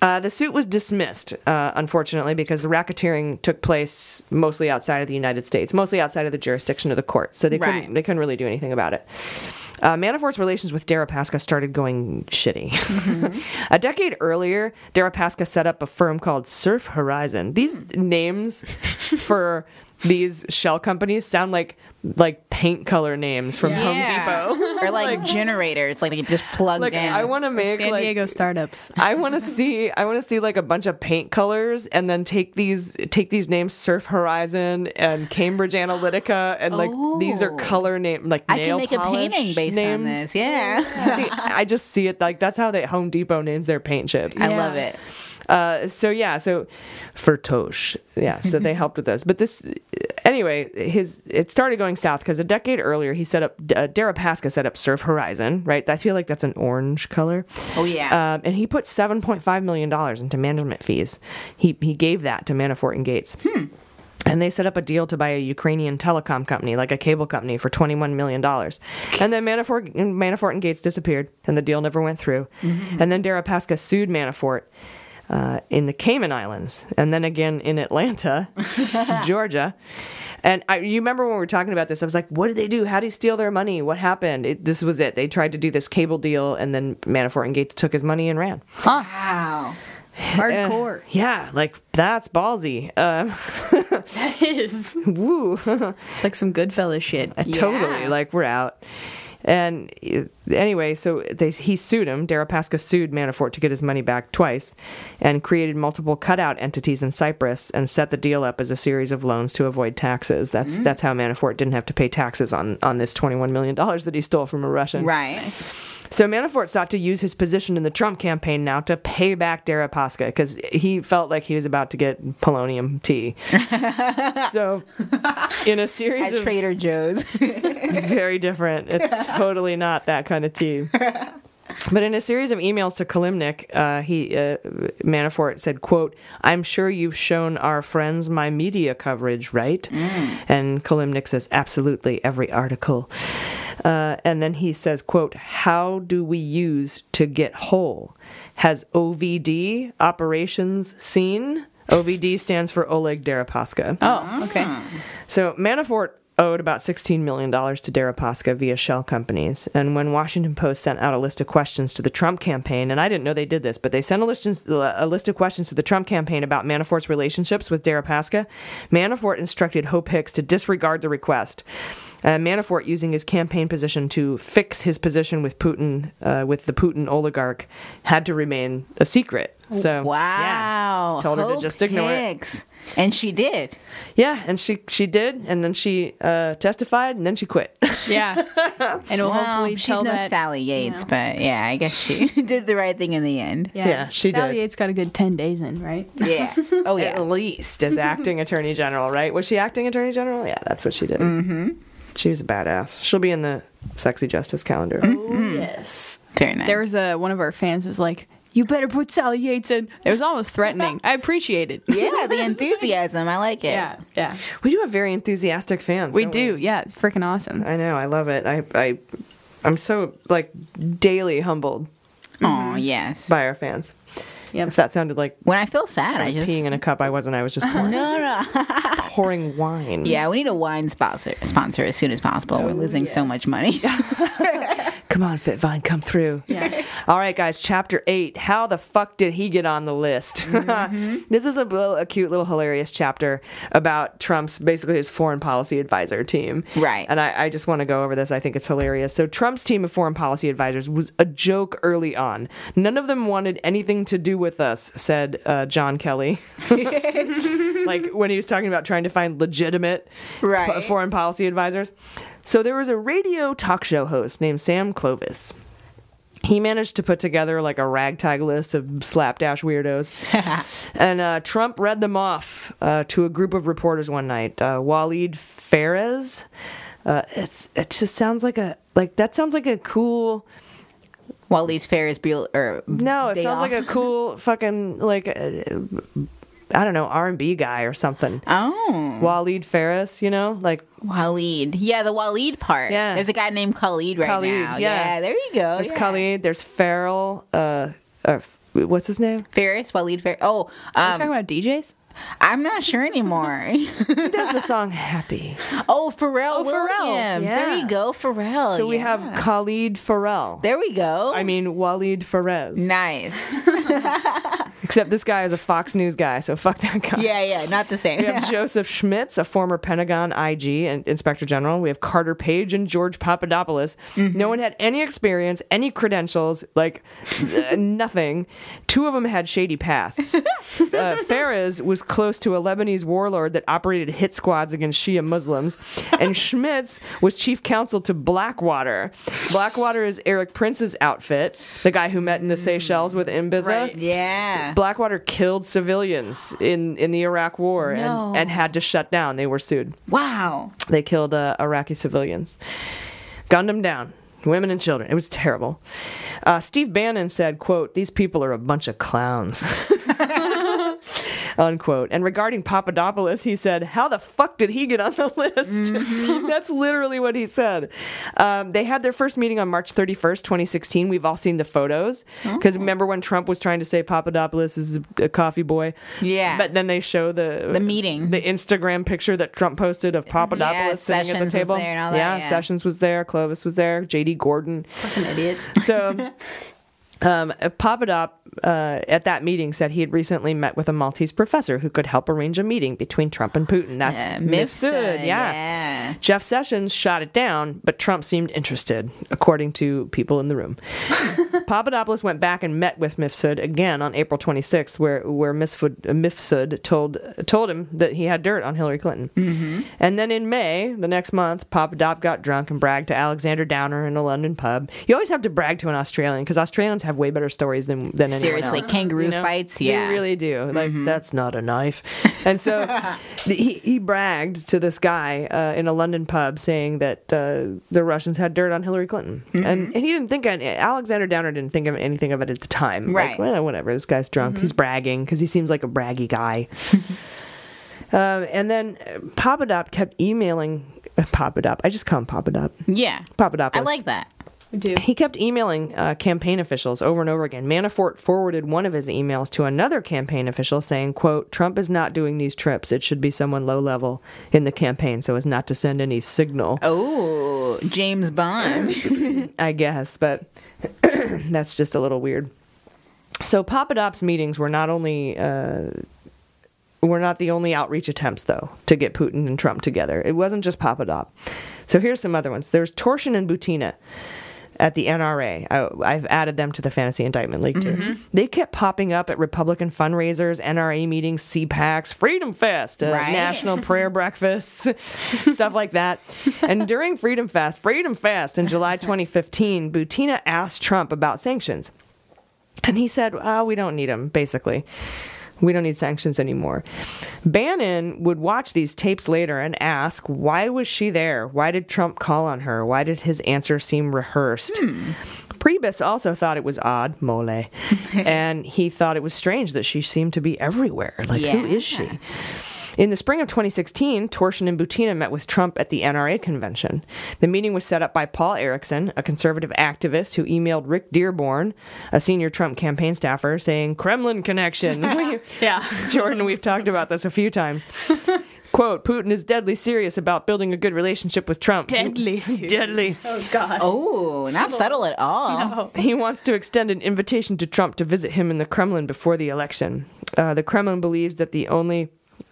Speaker 1: Uh, the suit was dismissed, uh, unfortunately, because the racketeering took place mostly outside of the United States, mostly outside of the jurisdiction of the court. So they couldn't
Speaker 2: Right.
Speaker 1: they couldn't really do anything about it. Uh, Manafort's relations with Deripaska started going shitty.
Speaker 2: Mm-hmm.
Speaker 1: a decade earlier, Deripaska set up a firm called Surf Horizon. These names for these shell companies sound like like paint color names from
Speaker 2: Yeah.
Speaker 1: Home Depot.
Speaker 2: or like, generators, like they just plug
Speaker 1: like
Speaker 2: in.
Speaker 1: I want to make
Speaker 3: San
Speaker 1: like,
Speaker 3: Diego startups.
Speaker 1: I want to see I want to see like a bunch of paint colors and then take these take these names Surf Horizon and Cambridge Analytica and like these are
Speaker 2: Oh.
Speaker 1: color name like
Speaker 2: I
Speaker 1: nail
Speaker 2: can make a
Speaker 1: polish
Speaker 2: painting based on
Speaker 1: names.
Speaker 2: this. Yeah.
Speaker 1: I think- I just see it like that's how they Home Depot names their paint chips.
Speaker 2: I love it.
Speaker 1: Uh, so yeah, so for Tosh, yeah, so they helped with those. But this, anyway, his it started going south because a decade earlier he set up uh, Deripaska set up Surf Horizon, right? I feel like that's an orange color.
Speaker 2: Oh, yeah.
Speaker 1: um, and he put seven point five million dollars into management fees. He he gave that to Manafort and Gates.
Speaker 2: Hmm.
Speaker 1: And they set up a deal to buy a Ukrainian telecom company, like a cable company, for $21 million. And then Manafort, Manafort and Gates disappeared, and the deal never went through. And then Deripaska sued Manafort uh, in the Cayman Islands, and then again in Atlanta, Georgia. And I, you remember when we were talking about this, I was like, what did they do? How did he steal their money? What happened? It, this was it. They tried to do this cable deal, and then Manafort and Gates took his money and ran.
Speaker 2: Wow.
Speaker 3: Hardcore.
Speaker 1: Yeah, like that's ballsy. Um,
Speaker 3: That is.
Speaker 1: woo.
Speaker 3: It's like some Goodfellas shit.
Speaker 1: totally like we're out and uh, anyway so they, he sued him deripaska sued manafort to get his money back twice and created multiple cutout entities in cyprus and set the deal up as a series of loans to avoid taxes that's that's how manafort didn't have to pay taxes on on this 21 million dollars that he stole from a russian
Speaker 2: Right.
Speaker 1: so Manafort sought to use his position in the Trump campaign now to pay back Deripaska because he felt like he was about to get polonium tea. so, in a series
Speaker 2: At
Speaker 1: of
Speaker 2: Trader Joe's.
Speaker 1: very different. It's totally not that kind of tea. But in a series of emails to Kalimnik, uh, he uh, Manafort said, "quote I'm sure you've shown our friends my media coverage, right?" And Kalimnik says, "Absolutely, every article." Uh, and then he says, "quote How do we use to get whole? Has OVD operations seen?" OVD stands for Oleg Deripaska.
Speaker 3: Oh, okay.
Speaker 1: So Manafort owed about $16 million to Deripaska via shell companies. And when Washington Post sent out a list of questions to the Trump campaign, and I didn't know they did this, but they sent a list, a list of questions to the Trump campaign about Manafort's relationships with Deripaska, Manafort instructed Hope Hicks to disregard the request. Uh, Manafort using his campaign position to fix his position with Putin, uh, with the Putin oligarch, had to remain a secret. So
Speaker 2: Wow.
Speaker 1: yeah, told her to
Speaker 2: Hope
Speaker 1: just ignore it.
Speaker 2: Hicks. And she did.
Speaker 1: Yeah, and she she did, and then she uh, testified, and then she quit.
Speaker 3: Yeah. And we'll
Speaker 2: Well,
Speaker 3: hopefully
Speaker 2: she's
Speaker 3: tell
Speaker 2: no
Speaker 3: that.
Speaker 2: Sally Yates, but yeah, I guess she did the right thing in the end.
Speaker 3: yeah.
Speaker 1: Yeah, she
Speaker 3: Sally
Speaker 1: did.
Speaker 3: Yates got a good 10 days in, right?
Speaker 2: Yeah. Oh yeah.
Speaker 1: At least as acting attorney general, right? Was she acting attorney general? Yeah, that's what she did. Mm-hmm. She was a badass. She'll be in the sexy justice calendar.
Speaker 2: Mm-hmm.
Speaker 3: Yes.
Speaker 2: Very nice.
Speaker 3: There was a, one of our fans was like, you better put Sally Yates in. It was almost threatening. I appreciate it.
Speaker 2: yeah, the enthusiasm. I like it.
Speaker 3: Yeah. Yeah.
Speaker 1: We do have very enthusiastic fans.
Speaker 3: We
Speaker 1: don't
Speaker 3: do. Yeah. It's freaking awesome.
Speaker 1: I know. I love it. I I I'm so like daily humbled
Speaker 3: Mm-hmm.
Speaker 2: Oh yes.
Speaker 1: by our fans.
Speaker 3: Yep.
Speaker 1: If that sounded like
Speaker 2: when I feel sad,
Speaker 1: I
Speaker 2: I
Speaker 1: was
Speaker 2: just
Speaker 1: peeing in a cup, I wasn't. I was just pouring,
Speaker 2: no, no.
Speaker 1: pouring wine.
Speaker 2: Yeah, we need a wine sponsor sponsor as soon as possible. We're losing so much money.
Speaker 1: Come on, Fitvine, come through. Yeah. All right, guys, chapter eight. How the fuck did he get on the list? this is a, little- a cute little hilarious chapter about Trump's basically his foreign policy advisor team.
Speaker 2: Right.
Speaker 1: And I, I just want to go over this. I think it's hilarious. So, Trump's team of foreign policy advisors was a joke early on. None of them wanted anything to do with us, said uh, John Kelly. like when he was talking about trying to find legitimate
Speaker 2: Right.
Speaker 1: po- foreign policy advisors. So there was a radio talk show host named Sam Clovis. He managed to put together like a ragtag list of slapdash weirdos. and uh, Trump read them off uh, to a group of reporters one night. Uh, Waleed Ferez. Uh, it's, it just sounds like a, like, that sounds like a cool
Speaker 2: while these Ferris Bueller.
Speaker 1: No, it sounds like a cool fucking like uh, I don't know R and B guy or something.
Speaker 2: oh
Speaker 1: Waleed Ferris, you know, like
Speaker 2: Waleed. Yeah, the Waleed part.
Speaker 1: Yeah.
Speaker 2: there's a guy named Khalid right
Speaker 1: Khalid.
Speaker 2: now.
Speaker 1: Yeah.
Speaker 2: there you go.
Speaker 1: there's
Speaker 2: Oh, yeah.
Speaker 1: Khalid, there's Farrell. Uh, uh, what's his name?
Speaker 2: Ferris Waleed Ferris. Oh,
Speaker 3: Are we
Speaker 2: um,
Speaker 3: talking about DJs?
Speaker 2: I'm not sure anymore.
Speaker 1: Who does the song Happy?
Speaker 2: oh, Pharrell
Speaker 3: Oh, Pharrell.
Speaker 2: Williams. There
Speaker 1: Yeah.
Speaker 2: you go, Pharrell.
Speaker 1: So we
Speaker 2: yeah.
Speaker 1: have Khalid Farrell.
Speaker 2: There we go.
Speaker 1: I mean Waleed Ferris.
Speaker 2: nice.
Speaker 1: Except this guy is a Fox News guy, so fuck that guy.
Speaker 2: Yeah, yeah, not the same.
Speaker 1: We have Joseph Schmitz, a former Pentagon IG and Inspector General. We have Carter Page and George Papadopoulos. No one had any experience, any credentials, like uh, nothing. Two of them had shady pasts. uh, Fares was close to a Lebanese warlord that operated hit squads against Shia Muslims, and Schmitz was chief counsel to Blackwater. Blackwater is Eric Prince's outfit, the guy who met in the Seychelles with Imbiza.
Speaker 3: Right.
Speaker 2: yeah.
Speaker 1: Blackwater killed civilians in, in the Iraq War
Speaker 2: No.
Speaker 1: and, and had to shut down. They were sued.
Speaker 2: Wow.
Speaker 1: They killed uh, Iraqi civilians, gunned them down, women and children. It was terrible. Uh, Steve Bannon said, "quote These people are a bunch of clowns." Unquote. And regarding Papadopoulos, he said, How the fuck did he get on the list? That's literally what he said. Um, they had their first meeting on March 31st, 2016. We've all seen the photos. Because remember when Trump was trying to say Papadopoulos is a coffee boy?
Speaker 2: Yeah.
Speaker 1: But then they show the
Speaker 2: The meeting.
Speaker 1: the Instagram picture that Trump posted of Papadopoulos
Speaker 2: Yeah,
Speaker 1: sitting at the
Speaker 2: Sessions was
Speaker 1: table.
Speaker 2: there and all that, yeah.
Speaker 1: Sessions was there. Clovis was there. J.D. Gordon.
Speaker 2: Fucking idiot.
Speaker 1: So. Um, Papadop uh, at that meeting said he had recently met with a Maltese professor who could help arrange a meeting between Trump and Putin. That's
Speaker 2: Yeah,
Speaker 1: Mifsud,
Speaker 2: Mifsud,
Speaker 1: yeah.
Speaker 2: yeah.
Speaker 1: Jeff Sessions shot it down, but Trump seemed interested, according to people in the room. Papadopoulos went back and met with Mifsud again on April 26th, where where Mifsud, uh, Mifsud told told him that he had dirt on Hillary Clinton. And then in May, the next month, Papadop got drunk and bragged to Alexander Downer in a London pub. You always have to brag to an Australian because Australians have way better stories than than anyone
Speaker 2: Seriously,
Speaker 1: else,
Speaker 2: kangaroo
Speaker 1: you know?
Speaker 2: fights,
Speaker 1: They
Speaker 2: yeah. Mm-hmm.
Speaker 1: really do. Like that's not a knife. And so th- he he bragged to this guy uh, in a London pub saying that uh, the Russians had dirt on Hillary Clinton,
Speaker 2: Mm-hmm.
Speaker 1: and, and he didn't think any- Alexander Downer didn't think of anything of it at the time.
Speaker 2: Right. Mm-hmm.
Speaker 1: Like, well, whatever. This guy's drunk. He's bragging because he seems like a braggy guy. um, and then uh, Papadop kept emailing uh, Papadop. I just call him Papadop.
Speaker 2: Yeah.
Speaker 1: Papadopoulos.
Speaker 2: I like that.
Speaker 3: We do.
Speaker 1: He kept emailing uh, campaign officials over and over again. Manafort forwarded one of his emails to another campaign official saying, quote, Trump is not doing these trips. It should be someone low level in the campaign so as not to send any signal,
Speaker 2: Oh, James Bond.
Speaker 1: I guess. But that's just a little weird. So Papadop's meetings were not only... Uh, were not the only outreach attempts, though, to get Putin and Trump together. It wasn't just Papadop. So here's some other ones. There's Torsion and Butina. at the NRA. I, I've added them to the Fantasy Indictment League too. They kept popping up at Republican fundraisers, NRA meetings, CPACs, Freedom Fest, uh,
Speaker 2: Right.
Speaker 1: National Prayer Breakfasts, stuff like that. And during Freedom Fest, Freedom Fest in July 2015, Butina asked Trump about sanctions. And he said, oh, we don't need them, basically. We don't need sanctions anymore. Bannon would watch these tapes later and ask, why was she there? Why did Trump call on her? Why did his answer seem rehearsed? Priebus also thought it was odd, mole, and he thought it was strange that she seemed to be everywhere. Like, who
Speaker 2: Yeah.
Speaker 1: is she? In the spring of 2016, Torsion and Butina met with Trump at the NRA convention. The meeting was set up by Paul Erickson, a conservative activist who emailed Rick Dearborn, a senior Trump campaign staffer, saying, Kremlin connection. We-
Speaker 3: Yeah.
Speaker 1: Jordan, we've talked about this a few times. Quote, Putin is deadly serious about building a good relationship with Trump.
Speaker 3: Deadly serious.
Speaker 1: Deadly.
Speaker 3: Oh God.
Speaker 2: Oh, not subtle at all.
Speaker 1: He wants to extend an invitation to Trump to visit him in the Kremlin before the election. Uh, the Kremlin believes that the only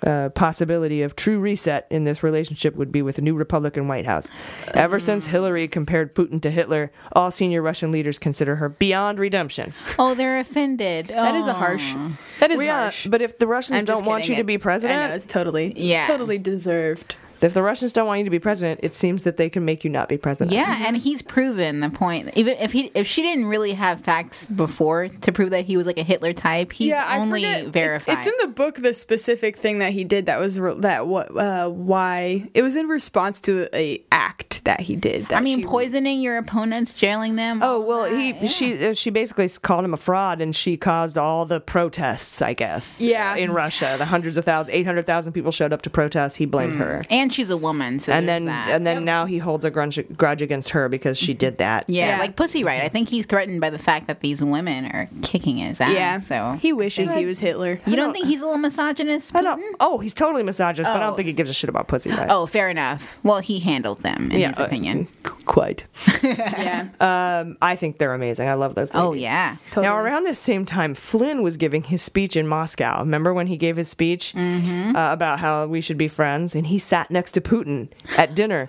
Speaker 1: uh, possibility of true reset in this relationship would be with a new Republican White House. Ever since
Speaker 3: Ah.
Speaker 1: Hillary compared Putin to Hitler, all senior Russian leaders consider her beyond redemption.
Speaker 2: Oh, they're offended. Oh,
Speaker 3: That is a harsh. That is
Speaker 1: We are-
Speaker 3: harsh.
Speaker 1: but if the Russians
Speaker 3: I'm just
Speaker 1: don't want you
Speaker 3: kidding.
Speaker 1: to be
Speaker 3: I know
Speaker 1: president,
Speaker 3: it's totally,
Speaker 2: Yeah.
Speaker 3: totally deserved.
Speaker 1: If the Russians don't want you to be president, it seems that they can make you not be president.
Speaker 2: Yeah, and he's proven the point. Even if he, if she didn't really have facts before to prove that he was like a Hitler type, he's
Speaker 4: yeah, I
Speaker 2: only
Speaker 4: forget. it's-
Speaker 2: verified.
Speaker 4: It's, in the book the specific thing that he did that was re- that what uh, why it was in response to a act that he did. That
Speaker 2: I mean,
Speaker 4: she-
Speaker 2: poisoning your opponents, jailing them.
Speaker 1: Oh well, he she uh, she basically s- called him a fraud, and she caused all the protests. I guess.
Speaker 4: Yeah.
Speaker 1: uh, In Russia, the hundreds of thousands, eight hundred thousand people showed up to protest. He blamed her,
Speaker 2: Hmm. and she's a woman, so
Speaker 1: and
Speaker 2: there's
Speaker 1: then
Speaker 2: that.
Speaker 1: and then now he holds a grudge grudge against her because she did that.
Speaker 2: yeah,
Speaker 4: Yeah.
Speaker 2: like pussy right. I think he's threatened by the fact that these women are kicking his ass.
Speaker 4: yeah,
Speaker 2: so
Speaker 4: he wishes he was Hitler.
Speaker 2: You don't, think he's a little misogynist?
Speaker 1: I don't.
Speaker 2: Putin?
Speaker 1: Oh, he's totally misogynist, but I
Speaker 2: mm-hmm. Oh.
Speaker 1: don't think he gives a shit about pussy. Right?
Speaker 2: Oh, fair enough. Well, he handled them in his
Speaker 1: uh,
Speaker 2: opinion.
Speaker 1: qu- quite.
Speaker 4: yeah,
Speaker 1: I think they're amazing. I love those. Ladies.
Speaker 2: Oh yeah.
Speaker 1: Now, around this same time, Flynn was giving his speech in Moscow. Remember when he gave his speech
Speaker 2: Mm-hmm.
Speaker 1: uh, about how we should be friends? And he sat next to Putin at dinner.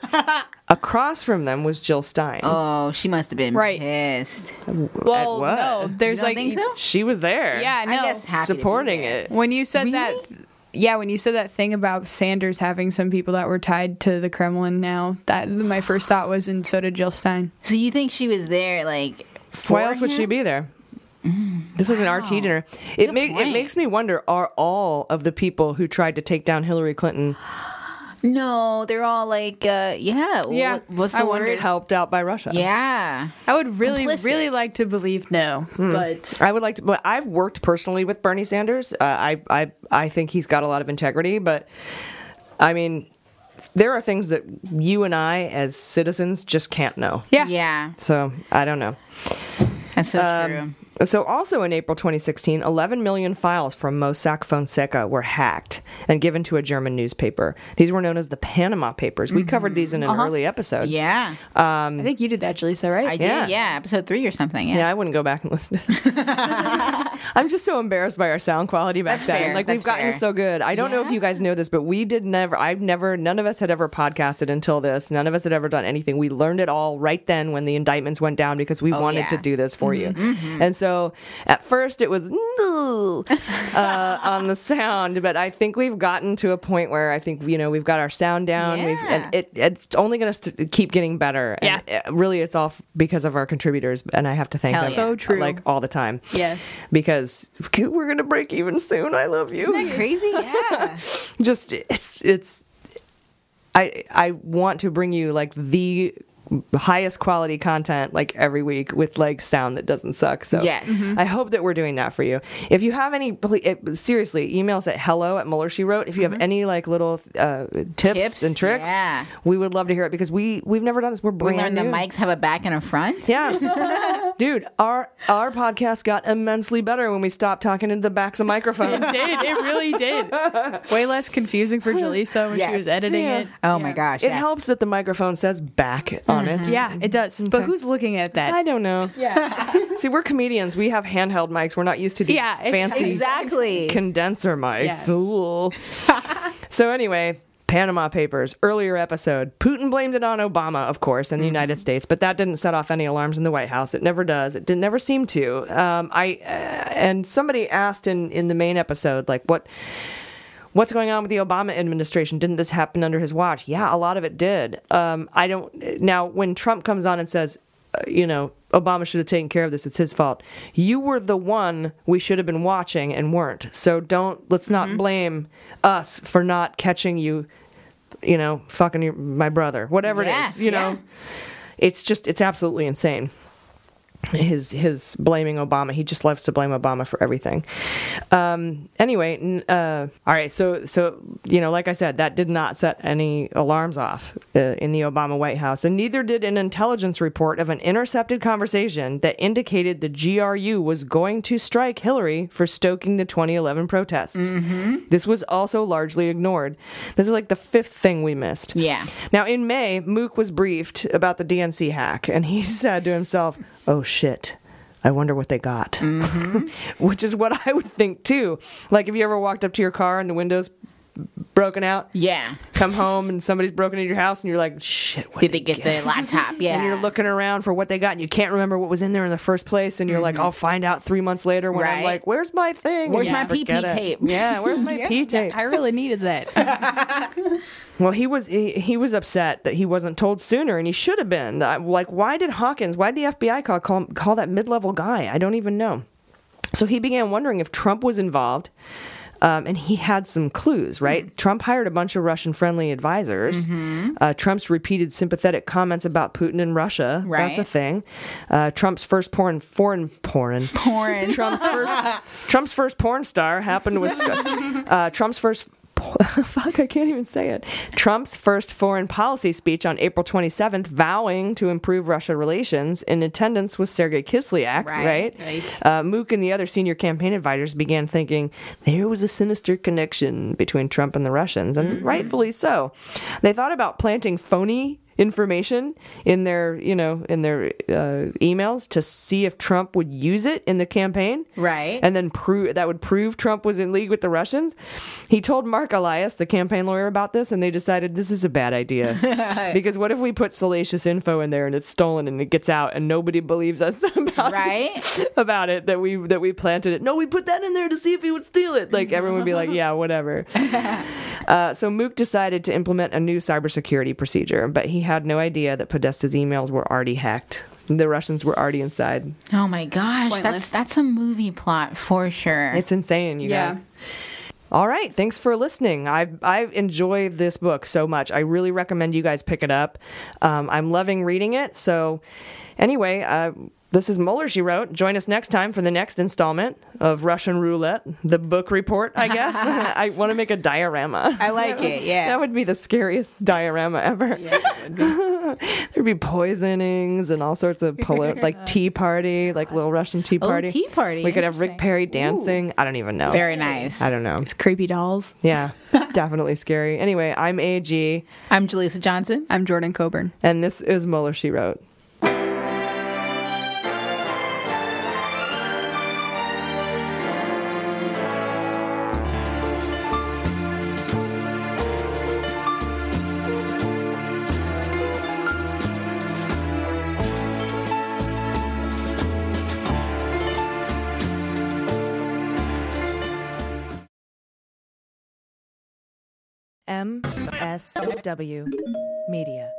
Speaker 1: Across from them was Jill Stein.
Speaker 2: Oh, she must have been
Speaker 3: Right.
Speaker 2: pissed.
Speaker 3: Well,
Speaker 1: what?
Speaker 3: no, there's
Speaker 2: You don't
Speaker 3: like
Speaker 2: think so?
Speaker 1: She was there.
Speaker 3: yeah, no.
Speaker 2: I guess happy to be
Speaker 1: supporting
Speaker 2: there.
Speaker 1: it.
Speaker 3: When you said that,
Speaker 2: Really?
Speaker 3: yeah, when you said that thing about Sanders having some people that were tied to the Kremlin now, that my first thought was, and so did Jill Stein.
Speaker 2: So you think she was there like for
Speaker 1: Why else would she
Speaker 2: him?
Speaker 1: be there? This was an RT dinner. It, ma- it
Speaker 2: point.
Speaker 1: makes me wonder are all of the people who tried to take down Hillary Clinton
Speaker 2: No, they're all like uh yeah,
Speaker 3: Yeah,
Speaker 2: what- what's the
Speaker 3: I
Speaker 2: word?
Speaker 3: wondered.
Speaker 1: helped out by Russia?
Speaker 2: Yeah.
Speaker 3: Ah, I would really,
Speaker 2: Complicit.
Speaker 3: really like to believe no,
Speaker 1: Hmm.
Speaker 3: but
Speaker 1: I would like to, but I've worked personally with Bernie Sanders. Uh, I, I, I think he's got a lot of integrity, but I mean, there are things that you and I, as citizens, just can't know.
Speaker 3: yeah,
Speaker 2: Yeah.
Speaker 1: So I don't know.
Speaker 2: That's so
Speaker 3: Um,
Speaker 2: true.
Speaker 1: So also in April 2016, 11 million files from Mossack Fonseca were hacked and given to a German newspaper. These were known as the Panama Papers. We covered these in an early episode.
Speaker 2: Uh-huh. Yeah.
Speaker 3: I think you did that, Jaleesa, right?
Speaker 2: I
Speaker 1: um, yeah.
Speaker 2: did, yeah, episode three or something. Yeah.
Speaker 1: Yeah, I wouldn't go back and listen. to it. I'm just so embarrassed by our sound quality back
Speaker 2: That's
Speaker 1: then.
Speaker 2: fair,
Speaker 1: Like
Speaker 2: that's
Speaker 1: we've gotten
Speaker 2: fair.
Speaker 1: so good. I don't know if you guys know this, but we did never. I've never. None of us had ever podcasted until this. None of us had ever done anything. We learned it all right then when the indictments went down because we wanted
Speaker 2: Oh, yeah. Mm-hmm,
Speaker 1: to do this for you. And so at first it was uh, on the sound, but I think we've gotten to a point where I think you know we've got our sound down. We've, and
Speaker 2: Yeah.
Speaker 1: it, it's only going to keep getting better. And
Speaker 3: Yeah.
Speaker 1: uh, really, it's all f- because of our contributors, and I have to thank
Speaker 2: Hell
Speaker 1: them.
Speaker 2: yeah. So
Speaker 3: true.
Speaker 1: Like all the time.
Speaker 3: Yes.
Speaker 1: Because we're gonna break even soon. I love
Speaker 2: Isn't
Speaker 1: you.
Speaker 2: that crazy? Yeah.
Speaker 1: Just it's it's. I I want to bring you like the highest quality content like every week with like sound that doesn't suck. So
Speaker 2: Yes. Mhm.
Speaker 1: I hope that we're doing that for you. If you have any, ple- it, seriously, emails at hello at Muller She Wrote. If you have any like little uh, tips,
Speaker 2: Tips?
Speaker 1: and tricks,
Speaker 2: Yeah.
Speaker 1: we would love to hear it because we we've never done this. We're
Speaker 2: we
Speaker 1: brand
Speaker 2: learned the
Speaker 1: new.
Speaker 2: mics have a back and a front.
Speaker 1: Yeah. Dude, our our podcast got immensely better when we stopped talking into the backs of microphones.
Speaker 3: It did. It really did. Way less confusing for Jaleesa when
Speaker 2: Yes.
Speaker 3: she was editing
Speaker 1: Yeah.
Speaker 3: it.
Speaker 2: Oh my gosh.
Speaker 1: It
Speaker 2: yes.
Speaker 1: helps that the microphone says back on it.
Speaker 3: Mm-hmm. Yeah, it does. But who's looking at that?
Speaker 1: I don't know. Yeah. See, we're comedians. We have handheld mics. We're not used to these
Speaker 3: Yeah, it-
Speaker 1: fancy
Speaker 2: Exactly.
Speaker 1: condenser mics.
Speaker 3: Yeah.
Speaker 1: Ooh. so anyway, Panama Papers, earlier episode. Putin blamed it on Obama, of course, in the United States, but that didn't set off any alarms in the White House. It never does. It did, never seem to. Um, I uh, and somebody asked in in the main episode, like what. What's going on with the Obama administration? Didn't this happen under his watch? Yeah, a lot of it did. Um, I don't now when Trump comes on and says, uh, you know, Obama should have taken care of this. It's his fault. You were the one we should have been watching and weren't. So don't let's
Speaker 2: Mm-hmm.
Speaker 1: not blame us for not catching you. You know, fucking your, my brother, whatever
Speaker 2: Yeah,
Speaker 1: it is. You
Speaker 2: yeah.
Speaker 1: know, it's just it's absolutely insane his his blaming Obama. He just loves to blame Obama for everything. Um, anyway, n- uh, all right. So so you know, like I said, that did not set any alarms off uh, in the Obama White House, and neither did an intelligence report of an intercepted conversation that indicated the GRU was going to strike Hillary for stoking the 2011 protests. This was also largely ignored. This is like the fifth thing we missed.
Speaker 2: Yeah.
Speaker 1: Now, in May, Mook was briefed about the DNC hack, and he said to himself, Oh shit. I wonder what they got.
Speaker 2: Mm-hmm.
Speaker 1: Which is what I would think too. Like, have you ever walked up to your car and the windows broken out.
Speaker 2: Yeah.
Speaker 1: Come home and somebody's broken into your house and you're like, shit. What
Speaker 2: Did they get the laptop? Yeah.
Speaker 1: And you're looking around for what they got and you can't remember what was in there in the first place and you're like, I'll find out three months later when I'm
Speaker 2: Mm-hmm. Right.
Speaker 1: like, where's my thing?
Speaker 2: Where's
Speaker 1: And
Speaker 2: my
Speaker 1: you
Speaker 2: PP
Speaker 1: forget it.
Speaker 2: tape?
Speaker 1: Yeah, where's my pee tape?
Speaker 4: I really needed that.
Speaker 1: Well, he was he, he was upset that he wasn't told sooner, and he should have been. I- Like, why did Hawkins? Why did the FBI call call, call that mid level guy? I don't even know. So he began wondering if Trump was involved, um, and he had some clues. Right, Trump hired a bunch of Russian friendly advisors. Uh, Trump's repeated sympathetic comments about Putin and Russia. That's a
Speaker 2: Right.
Speaker 1: thing. Uh, Trump's first porn foreign porn.
Speaker 2: Porn.
Speaker 1: Trump's first Trump's first porn star happened with uh, Trump's first fuck I can't even say it. Trump's first foreign policy speech on April 27th, vowing to improve Russia relations. In attendance was Sergei Kislyak, right?
Speaker 2: Right,
Speaker 1: Uh, Mook and the other senior campaign advisors began thinking there was a sinister connection between Trump and the Russians, and
Speaker 2: Mm-hmm.
Speaker 1: rightfully so. They thought about planting phony information in their, you know, in their uh, emails to see if Trump would use it in the campaign,
Speaker 2: Right.
Speaker 1: And then prove that would prove Trump was in league with the Russians. He told Mark Elias, the campaign lawyer, about this, and they decided this is a bad idea because what if we put salacious info in there and it's stolen and it gets out and nobody believes us about
Speaker 2: Right?
Speaker 1: about it that we that we planted it. No, we put that in there to see if he would steal it. Like everyone would be like, yeah, whatever. Uh, so Mook decided to implement a new cybersecurity procedure, but he had no idea that Podesta's emails were already hacked. The Russians were already inside.
Speaker 2: Oh my gosh,
Speaker 4: Pointless.
Speaker 2: that's that's a movie plot for sure.
Speaker 1: It's insane, you
Speaker 4: Yeah.
Speaker 1: guys. All right, thanks for listening. I I enjoy this book so much. I really recommend you guys pick it up. Um, I'm loving reading it. So, anyway, uh, this is Muller. She wrote. Join us next time for the next installment of Russian Roulette, the book report. I guess I want to make a diorama.
Speaker 2: I like it. Yeah.
Speaker 1: That would be the scariest diorama ever. There'd be poisonings and all sorts of poli- like tea party, like little Russian tea party.
Speaker 4: tea party,
Speaker 1: We could have Rick Perry dancing. I don't even know.
Speaker 2: Very nice.
Speaker 1: I don't know.
Speaker 4: Creepy dolls.
Speaker 1: Yeah, definitely scary. Anyway, I'm AG,
Speaker 2: I'm Jaleesa Johnson.
Speaker 4: I'm Jordan Coburn.
Speaker 1: and this is Muller She Wrote. MSW Media.